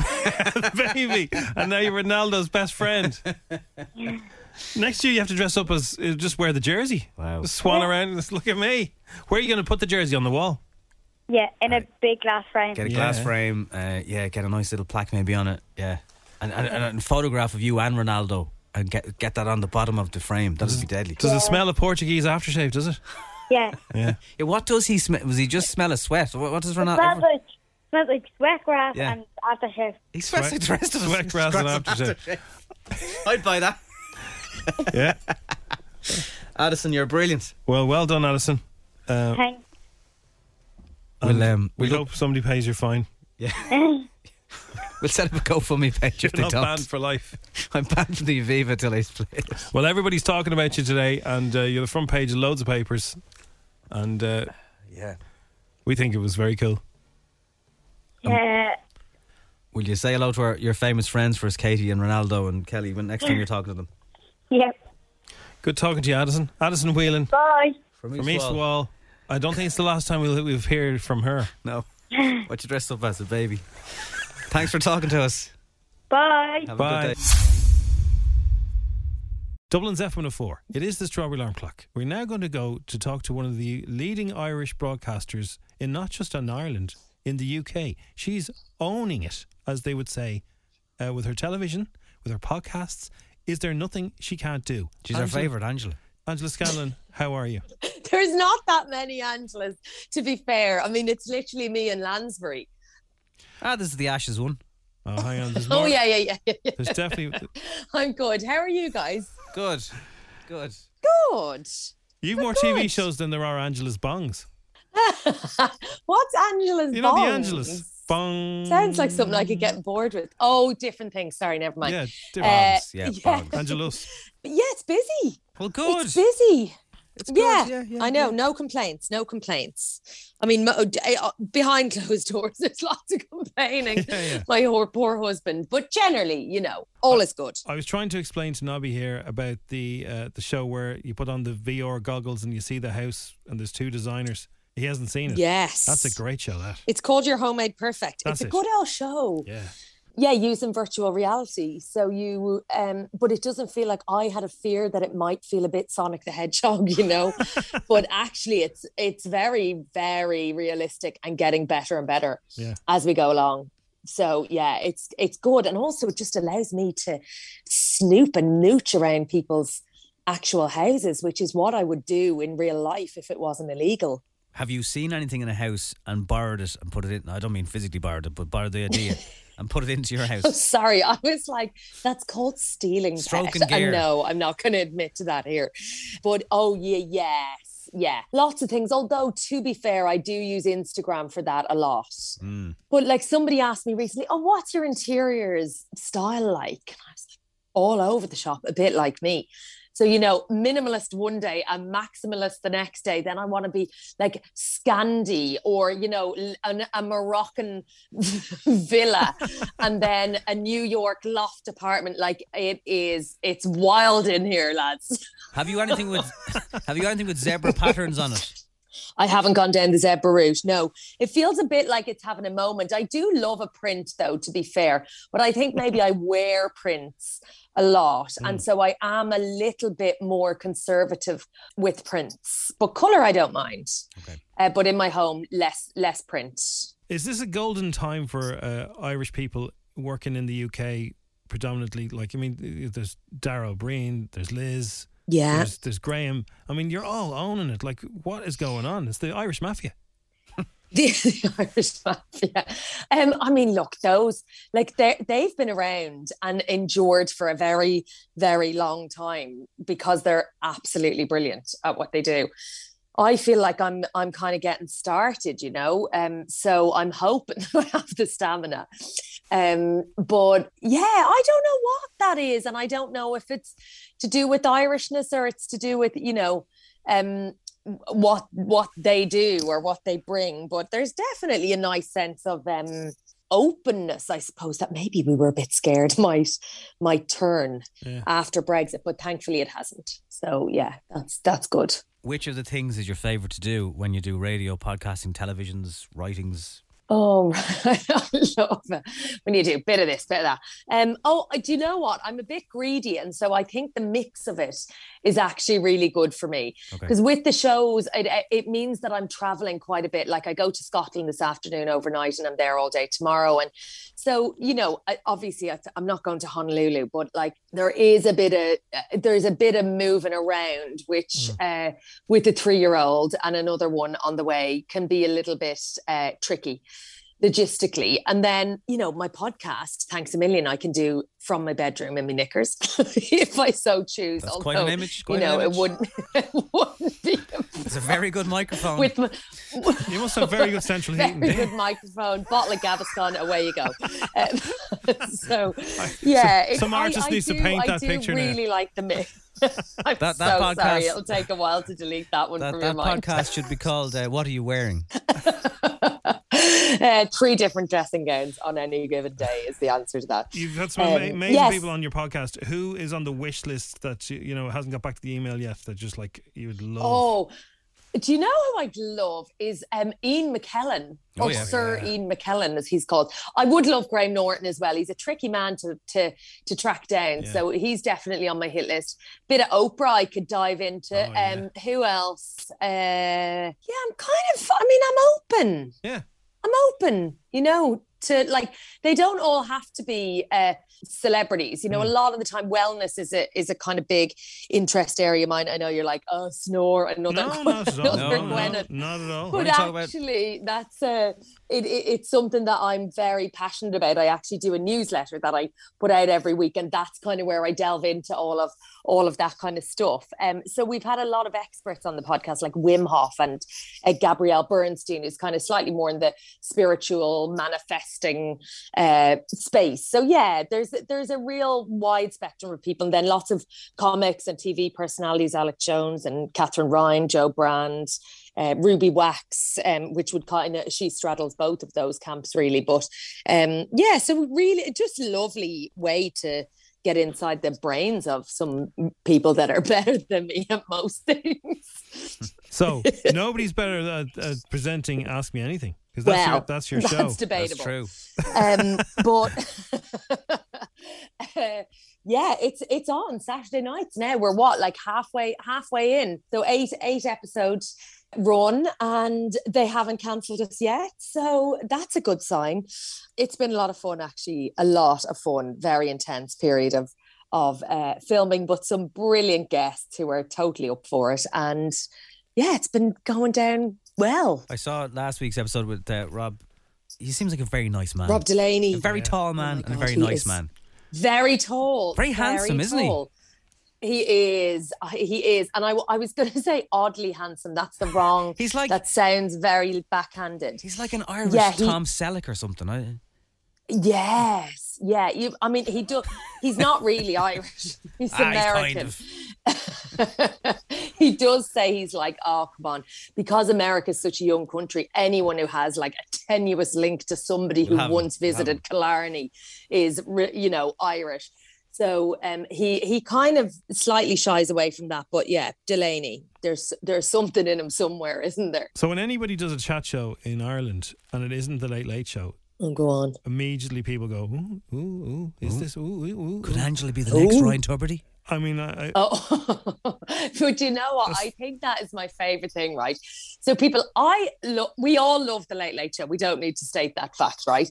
[SPEAKER 5] Baby. And now you're Ronaldo's best friend. Next year, you have to dress up as uh, just wear the jersey. Wow. Swan around and just look at me. Where are you going to put the jersey on
[SPEAKER 4] [LAUGHS]
[SPEAKER 5] the wall?
[SPEAKER 18] Yeah, in a big glass frame.
[SPEAKER 4] Get a glass frame. Uh, yeah, get a nice little plaque maybe on it. Yeah. And, and, and a photograph of you and Ronaldo and get get that on the bottom of the frame. That would be deadly.
[SPEAKER 5] Does it smell of Portuguese aftershave,
[SPEAKER 4] [LAUGHS]
[SPEAKER 5] does it?
[SPEAKER 18] Yeah,
[SPEAKER 5] Yeah.
[SPEAKER 4] What does he smell? Was he just smell of sweat? What,
[SPEAKER 5] er
[SPEAKER 4] what does
[SPEAKER 18] it
[SPEAKER 4] Ronaldo?
[SPEAKER 18] smells like smells like sweat grass
[SPEAKER 4] Yeah.
[SPEAKER 18] and aftershave.
[SPEAKER 4] he smells like the
[SPEAKER 5] Sweat-
[SPEAKER 4] rest of us. [LAUGHS]
[SPEAKER 5] sweat grass and
[SPEAKER 4] I'd buy that.
[SPEAKER 5] Yeah.
[SPEAKER 4] Addison, you're
[SPEAKER 5] [LAUGHS]
[SPEAKER 4] brilliant.
[SPEAKER 5] Well, well done, Addison. Uh,
[SPEAKER 18] Thanks.
[SPEAKER 4] We'll, um,
[SPEAKER 5] we hope somebody pays your fine.
[SPEAKER 4] Yeah.
[SPEAKER 7] We'll set up a GoFundMe page if
[SPEAKER 5] You're
[SPEAKER 7] they
[SPEAKER 5] not
[SPEAKER 7] don't.
[SPEAKER 5] banned for
[SPEAKER 4] [LAUGHS]
[SPEAKER 5] life.
[SPEAKER 7] I'm banned from the Aviva till I split.
[SPEAKER 5] Well, everybody's talking about you today, and uh, you're the front page of loads of papers. And uh,
[SPEAKER 7] yeah,
[SPEAKER 5] we think it was very cool.
[SPEAKER 18] Yeah.
[SPEAKER 4] Will you say hello to our, your famous friends first, Katie and Ronaldo and Kelly, when next time you're talking to them?
[SPEAKER 18] Yeah.
[SPEAKER 5] Good talking to you, Addison. Addison Whelan.
[SPEAKER 18] Bye.
[SPEAKER 5] From, East Wall. I don't think it's the last time we'll, we've heard from her.
[SPEAKER 4] No. What you dressed up as, a baby? Thanks for talking to us.
[SPEAKER 18] Bye.
[SPEAKER 4] Have a
[SPEAKER 5] Bye.
[SPEAKER 4] good day.
[SPEAKER 5] Dublin's F104. It is the Strawberry Alarm Clock. We're now going to go to talk to one of the leading Irish broadcasters in not just in Ireland, in the UK. She's owning it, as they would say, uh, with her television, with her podcasts. Is there nothing she can't do?
[SPEAKER 4] She's our favourite, Angela.
[SPEAKER 5] Angela Scanlon, how are you?
[SPEAKER 8] [LAUGHS] There's not that many Angelas, to be fair. I mean, it's literally me and Lansbury.
[SPEAKER 4] Ah, this is the Ashes one.
[SPEAKER 5] Oh, hang on. There's
[SPEAKER 8] [LAUGHS] Oh, yeah, yeah, yeah, yeah, [LAUGHS] yeah.
[SPEAKER 5] There's
[SPEAKER 4] [LAUGHS]
[SPEAKER 5] definitely.
[SPEAKER 8] I'm good. How are you guys?
[SPEAKER 4] Good. Good.
[SPEAKER 8] Good.
[SPEAKER 5] You've more TV shows than there are Angela's bongs.
[SPEAKER 8] What's Angela's
[SPEAKER 5] You know the
[SPEAKER 8] bong?
[SPEAKER 5] Angela's bong.
[SPEAKER 8] Sounds like something I could get bored with. Oh, different things. Sorry, never mind.
[SPEAKER 5] Yeah, different
[SPEAKER 8] Uh,
[SPEAKER 5] bongs.
[SPEAKER 8] [LAUGHS]
[SPEAKER 5] Yeah, bongs. Angelus.
[SPEAKER 8] But yeah, it's busy.
[SPEAKER 4] Well,
[SPEAKER 8] good. It's busy. yeah. I know. No complaints. No complaints. I mean, mo- d- eh, uh, behind closed [LAUGHS] doors, there's lots of
[SPEAKER 5] [LAUGHS]
[SPEAKER 8] complaining. My poor, poor husband. But generally, you know, all is good.
[SPEAKER 5] I was trying to explain to Nobby here about the uh, the show where you put on the VR goggles and you see the house and there's two designers. He hasn't seen it.
[SPEAKER 8] Yes.
[SPEAKER 5] that's a great show. That
[SPEAKER 8] It's called Your Homemade Perfect.
[SPEAKER 5] That's
[SPEAKER 8] it's a
[SPEAKER 5] it.
[SPEAKER 8] good old show.
[SPEAKER 5] yeah.
[SPEAKER 8] yeah using virtual reality so you um but it doesn't feel like i had a fear that it might feel a bit sonic the hedgehog you
[SPEAKER 5] [LAUGHS]
[SPEAKER 8] know but actually it's it's very very realistic and getting better and better
[SPEAKER 5] Yeah.
[SPEAKER 8] as we go along so yeah it's it's good and also it just allows me to snoop and nooch around people's actual houses which is what i would do in real life if it wasn't illegal
[SPEAKER 4] Have you seen anything in a house and borrowed it and put it in? I don't mean physically borrowed it, but borrowed the
[SPEAKER 8] [LAUGHS]
[SPEAKER 4] idea and put it into your
[SPEAKER 8] Oh,
[SPEAKER 4] house.
[SPEAKER 8] sorry. I was like, that's called stealing.
[SPEAKER 4] Stroke
[SPEAKER 8] pet.
[SPEAKER 4] and gear.
[SPEAKER 8] I know. I'm not going to admit to that here. But oh, yeah, yes. Yeah. Lots of things. Although, to be fair, I do use Instagram for that a lot.
[SPEAKER 5] [LAUGHS]
[SPEAKER 8] But like somebody asked me recently, oh, what's your interiors style like? And I was like, all over the shop, a bit like me. So, you know, minimalist one day and maximalist the next day. Then I want to be like Scandi or, you know, l- an, a Moroccan [LAUGHS] villa and then a New York loft apartment. Like it is, it's wild in here, lads.
[SPEAKER 4] Have you anything with [LAUGHS] Have you anything with zebra patterns on it?
[SPEAKER 8] I haven't gone down the zebra route. No, it feels a bit like it's having a moment. I do love a print, though, to be fair, but I think maybe I wear prints a lot. And so I am a little bit more conservative with prints, but color I don't mind. Uh, but in my home, less less print. [LAUGHS]
[SPEAKER 5] Is this a golden time for uh, Irish people working in the UK predominantly? Like, I mean, there's Darrow Breen, there's Liz,
[SPEAKER 8] Yeah.
[SPEAKER 5] there's, there's Graham. I mean, you're all owning it. Like, what is going on? It's the Irish mafia.
[SPEAKER 8] the, the Irish mafia. Um, I mean, look, those like they they've been around and endured for a very, very long time because they're absolutely brilliant at what they do. I feel like I'm I'm kind of getting started, you know. Um, so I'm hoping [LAUGHS] that I have the stamina. Um, but yeah, I don't know what that is, and I don't know if it's to do with Irishness or it's to do with you know um what what they do or what they bring but there's definitely a nice sense of um openness i suppose that maybe we were a bit scared [LAUGHS] might might turn
[SPEAKER 4] Yeah.
[SPEAKER 8] after brexit but thankfully it hasn't so yeah that's that's good
[SPEAKER 4] Which of the things is your favourite to do when you do radio, podcasting, televisions, writings?
[SPEAKER 8] Oh, [LAUGHS] right. I love it. When you do a bit of this, bit of that. Um, oh, I- do you know what? I'm a bit greedy. And so I think the mix of it is actually really good for me.
[SPEAKER 3] Okay.
[SPEAKER 8] Because with the shows, it, it means that I'm traveling quite a bit. Like I go to Scotland this afternoon overnight and I'm there all day tomorrow. And so, you know, I, obviously I, I'm not going to Honolulu, but like there is a bit of, uh, there's a bit of moving around, which uh, with a three year old and another one on the way can be a little bit uh, tricky logistically. And then, you know, my podcast, thanks a million, I can do from my bedroom in my knickers [LAUGHS] if I so choose.
[SPEAKER 4] That's quite an image, quite
[SPEAKER 8] Oh,
[SPEAKER 4] an
[SPEAKER 8] you know,
[SPEAKER 4] image.
[SPEAKER 8] it wouldn't, it wouldn't be
[SPEAKER 4] It's a very good microphone.
[SPEAKER 8] with my,
[SPEAKER 5] You must have very good central heating.
[SPEAKER 8] [LAUGHS] very good microphone, bottle of Gaviscon, away
[SPEAKER 5] [LAUGHS]
[SPEAKER 8] you go. Um, [LAUGHS] so, yeah,
[SPEAKER 5] so-
[SPEAKER 8] it-
[SPEAKER 5] some
[SPEAKER 8] I-
[SPEAKER 5] artist
[SPEAKER 8] I
[SPEAKER 5] needs to
[SPEAKER 8] do-
[SPEAKER 5] paint
[SPEAKER 8] I
[SPEAKER 5] that
[SPEAKER 8] do
[SPEAKER 5] picture now.
[SPEAKER 8] Really like the mix. [LAUGHS] I'm
[SPEAKER 4] That- that
[SPEAKER 8] so sorry.
[SPEAKER 4] podcast-
[SPEAKER 8] It'll take a while to delete that one
[SPEAKER 4] That,
[SPEAKER 8] from your
[SPEAKER 4] that
[SPEAKER 8] mind.
[SPEAKER 4] podcast should be called uh, What Are You Wearing?
[SPEAKER 8] [LAUGHS] uh, three different dressing gowns on any given day is the answer to that.
[SPEAKER 5] You've got some
[SPEAKER 8] Um,
[SPEAKER 5] ama- amazing
[SPEAKER 8] yes.
[SPEAKER 5] people on your podcast. Who is on the wish list that you, you know hasn't got back to the email yet? That just like you would love.
[SPEAKER 8] Oh, do you know who I'd love is um, Ian McKellen
[SPEAKER 5] Oh,
[SPEAKER 8] or
[SPEAKER 5] yeah.
[SPEAKER 8] Sir Ian McKellen as he's called. I would love Graham Norton as well. He's a tricky man to to to track down, so he's definitely on my hit list. Bit of Oprah I could dive into.
[SPEAKER 5] Oh,
[SPEAKER 8] Um, who else? Uh, yeah, I'm kind of. I mean, I'm open.
[SPEAKER 5] Yeah,
[SPEAKER 8] I'm open. You know. To like, they don't all have to be uh, celebrities. You know,
[SPEAKER 5] Mm.
[SPEAKER 8] a lot of the time, wellness is a is a kind of big interest area of mine. I know you're like, oh, snore, and all that.
[SPEAKER 5] no, not
[SPEAKER 8] [LAUGHS]
[SPEAKER 5] at all.
[SPEAKER 8] Another
[SPEAKER 5] No, no,
[SPEAKER 8] Gwyneth.
[SPEAKER 5] not at
[SPEAKER 8] [LAUGHS]
[SPEAKER 5] all.
[SPEAKER 8] But actually, that's uh, it, it, it's something that I'm very passionate about. I actually do a newsletter that I put out every week, and that's kind of where I delve into all of all of that kind of stuff. Um, so we've had a lot of experts on the podcast, like Wim Hof and uh, Gabrielle Bernstein, who's kind of slightly more in the spiritual manifesting uh, space. So yeah, there's there's a real wide spectrum of people, and then lots of comics and TV personalities, Alec Jones and Catherine Ryan, Joe Brand uh, Ruby Wax, um, which would kind of she straddles both of those camps really. But um, yeah, so really, just lovely way to get inside the brains of some people that are [LAUGHS] better than me at most things.
[SPEAKER 5] So nobody's better at, at presenting Ask Me Anything because that's your,
[SPEAKER 8] Well,
[SPEAKER 5] that's your
[SPEAKER 8] [LAUGHS] that's
[SPEAKER 5] show.
[SPEAKER 8] debatable.
[SPEAKER 5] [LAUGHS] true.
[SPEAKER 8] um, but [LAUGHS] uh, yeah, it's it's on Saturday nights now. We're what like halfway halfway in, so eight eight episodes run, and they haven't cancelled us yet, so that's a good sign. It's been a lot of fun, actually, a lot of fun, very intense period of of uh, filming, but some brilliant guests who are totally up for it, and yeah, it's been going down well.
[SPEAKER 4] I saw last week's episode with uh, Rob. He seems like a very nice man.
[SPEAKER 8] Rob Delaney,
[SPEAKER 4] A very tall
[SPEAKER 5] Oh
[SPEAKER 4] man and a very
[SPEAKER 8] he
[SPEAKER 4] nice
[SPEAKER 8] is-
[SPEAKER 4] man.
[SPEAKER 8] very tall
[SPEAKER 4] Very handsome, isn't he?
[SPEAKER 8] he he is I- he is and i, w- I was going to [LAUGHS] say oddly handsome that's the wrong
[SPEAKER 4] [LAUGHS]
[SPEAKER 8] he's like that sounds very backhanded
[SPEAKER 4] he's like an Irish Tom Selleck or something. I,
[SPEAKER 8] yes yeah you i mean he do he's
[SPEAKER 4] [LAUGHS]
[SPEAKER 8] not really irish [LAUGHS] he's
[SPEAKER 4] Ah, he's
[SPEAKER 8] american
[SPEAKER 4] kind of.
[SPEAKER 8] [LAUGHS] he does say he's like, oh, come on. Because America's such a young country, anyone who has like a tenuous link to somebody who
[SPEAKER 9] We'll have him.
[SPEAKER 8] once
[SPEAKER 9] We'll have
[SPEAKER 8] visited Killarney is, re- you know, Irish. So um, he he kind of slightly shies away from that, but yeah, Delaney, there's there's something in him somewhere, isn't there?
[SPEAKER 5] So when anybody does a chat show in Ireland and it isn't the Late Late Show,
[SPEAKER 8] oh, go on.
[SPEAKER 5] Immediately people go, ooh, ooh, ooh, is this ooh, ooh, ooh?
[SPEAKER 4] Could
[SPEAKER 5] ooh."
[SPEAKER 4] Angela be the next
[SPEAKER 5] Ooh.
[SPEAKER 4] Ryan Tuberty?
[SPEAKER 5] I mean, I, I,
[SPEAKER 8] Oh. [LAUGHS] But you know what? I think that is my favorite thing, right? So people, I look, we all love the Late Late Show. We don't need to state that fact, right?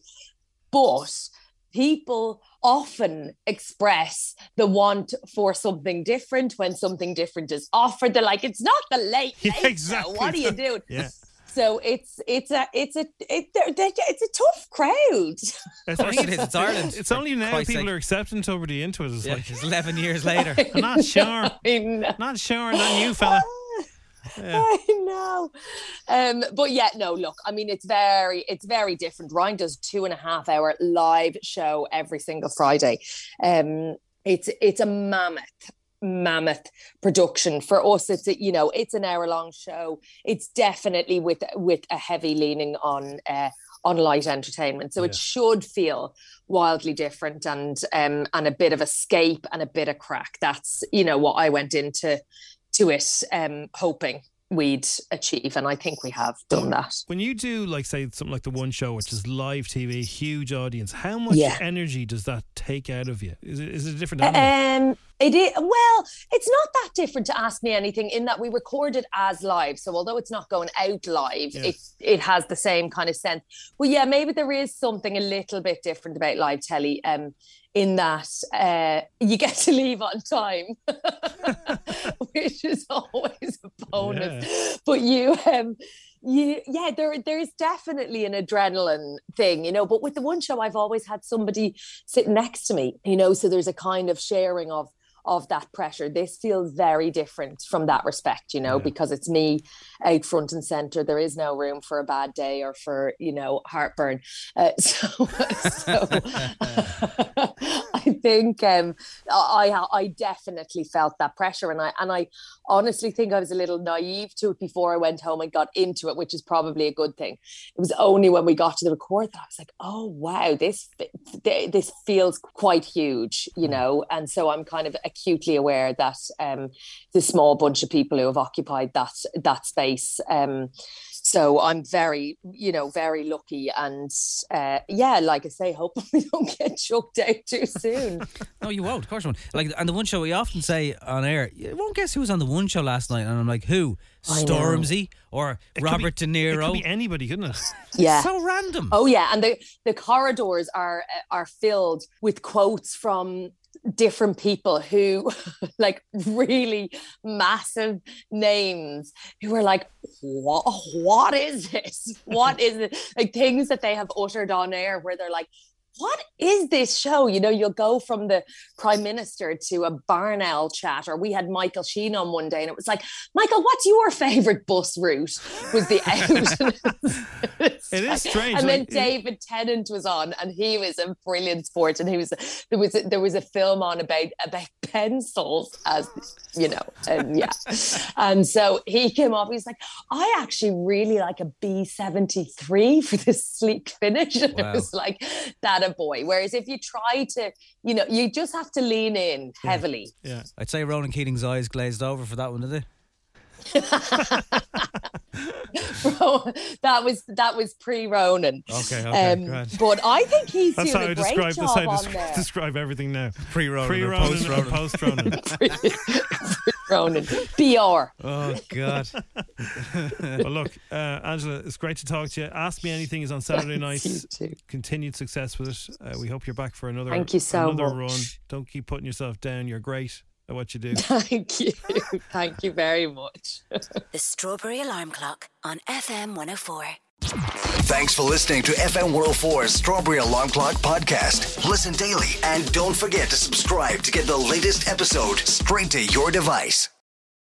[SPEAKER 8] But people often express the want for something different when something different is offered. They're like, "It's not
[SPEAKER 4] [LAUGHS]
[SPEAKER 8] the Late Late Show. What are you doing?"
[SPEAKER 5] [LAUGHS] yeah.
[SPEAKER 8] So it's it's a it's a it, they're, they're, it's a tough crowd.
[SPEAKER 5] It's
[SPEAKER 4] I think it is.
[SPEAKER 8] [LAUGHS]
[SPEAKER 4] It's Ireland,
[SPEAKER 5] [LAUGHS] It's
[SPEAKER 4] for
[SPEAKER 5] only now
[SPEAKER 4] Christ's
[SPEAKER 5] people
[SPEAKER 4] sake.
[SPEAKER 5] are accepting somebody into it. It's like
[SPEAKER 4] it's 11 years later.
[SPEAKER 5] [LAUGHS]
[SPEAKER 4] [LAUGHS]
[SPEAKER 5] I'm not sure.
[SPEAKER 8] Not
[SPEAKER 5] sure, not you, fella.
[SPEAKER 8] [LAUGHS] I know. Um, but yeah, no, look, I mean, it's very, it's very different. Ryan does two and a half hour live show every single Friday. Um, it's it's a mammoth, mammoth production for us. It's a, you know, it's an hour long show. It's definitely with with a heavy leaning on uh, on light entertainment, so it should feel wildly different and um and a bit of escape and a bit of crack. That's you know what I went into to it, um, hoping we'd achieve, and I think we have done that.
[SPEAKER 5] When you do, like, say something like the one show, which is live TV, huge audience, how much
[SPEAKER 8] Yeah.
[SPEAKER 5] energy does that take out of you? Is it, is it a different animal?
[SPEAKER 8] Um, it is well, it's not that different to ask me anything in that we record it as live. So although it's not going out live,
[SPEAKER 5] Yeah.
[SPEAKER 8] it it has the same kind of sense. Well, yeah, maybe there is something a little bit different about live telly. Um, in that uh, you get to leave on time, [LAUGHS] which is always a bonus. But you, um, you yeah there there's definitely an adrenaline thing you know but with the one show i've always had somebody sitting next to me you know so there's a kind of sharing of of that pressure this feels very different from that respect you know because it's me out front and center there is no room for a bad day or for you know heartburn uh, [LAUGHS] so so [LAUGHS] I think um, I I definitely felt that pressure, and I and I honestly think I was a little naive to it before I went home and got into it, which is probably a good thing. It was only when we got to the record that I was like, oh wow, this this feels quite huge, you know. And so I'm kind of acutely aware that um, the small bunch of people who have occupied that that space. Um, so I'm very, you know, very lucky, and uh, yeah, like I say, hope [LAUGHS] we don't get chucked out too soon.
[SPEAKER 4] No, you won't. Of course you won't. Like, and the one show we often say on air, you won't guess who was on the one show last night. And I'm like, who?
[SPEAKER 8] I know.
[SPEAKER 4] Stormzy or Robert De Niro?
[SPEAKER 5] It could be anybody, couldn't it?
[SPEAKER 8] Yeah.
[SPEAKER 4] So random.
[SPEAKER 8] Oh yeah, and the the corridors are are filled with quotes from different people who [LAUGHS] like really massive names who are like what what is this what is it [LAUGHS] like things that they have uttered on air where they're like what is this show? You know, you'll go from the prime minister to a Barnell chat, or we had Michael Sheen on one day, and it was like, Michael, what's your favorite bus route? Was
[SPEAKER 4] [LAUGHS]
[SPEAKER 8] the out.
[SPEAKER 5] it is strange.
[SPEAKER 8] [LAUGHS] And then
[SPEAKER 5] like-
[SPEAKER 8] David Tennant was on, and he was a brilliant sport, and he was there was a, there was a film on about about [LAUGHS] pencils, as you know, and yeah, and so he came up. He's like, I actually really like a B seventy three for this sleek finish, [LAUGHS] and
[SPEAKER 9] Wow.
[SPEAKER 8] it was like that a boy. Whereas if you try to, you know, you just have to lean in
[SPEAKER 5] Hmm.
[SPEAKER 8] heavily. [LAUGHS]
[SPEAKER 5] Yeah.
[SPEAKER 4] I'd say Ronan Keating's eyes glazed over for that one, did they?
[SPEAKER 8] Bro, that was that was pre Ronan.
[SPEAKER 5] Okay, okay, good.
[SPEAKER 8] but I think he's
[SPEAKER 5] That's how
[SPEAKER 8] doing
[SPEAKER 5] I
[SPEAKER 8] a
[SPEAKER 5] describe. That's
[SPEAKER 8] great job
[SPEAKER 5] how I
[SPEAKER 8] on
[SPEAKER 5] des-
[SPEAKER 8] there.
[SPEAKER 5] describe everything now.
[SPEAKER 4] Pre-Ronan or
[SPEAKER 5] Pre-Ronan
[SPEAKER 4] post-Ronan?
[SPEAKER 5] post Ronan.
[SPEAKER 8] [LAUGHS] Ronan, BR.
[SPEAKER 4] Oh God.
[SPEAKER 5] well, look, uh, Angela, it's great to talk to you. Ask me anything
[SPEAKER 8] [LAUGHS]
[SPEAKER 5] is on Saturday night. Continued success with it. Uh, we hope you're back for another.
[SPEAKER 8] Thank you so
[SPEAKER 5] another
[SPEAKER 8] much.
[SPEAKER 5] run. Don't keep putting yourself down. You're great at what you
[SPEAKER 8] [LAUGHS]
[SPEAKER 5] do.
[SPEAKER 8] Thank you. [LAUGHS] Thank you very much. [LAUGHS]
[SPEAKER 6] The Strawberry Alarm Clock on FM 104.
[SPEAKER 3] Thanks for listening to FM 104's Strawberry Alarm Clock podcast. Listen daily and don't forget to subscribe to get the latest episode straight to your device.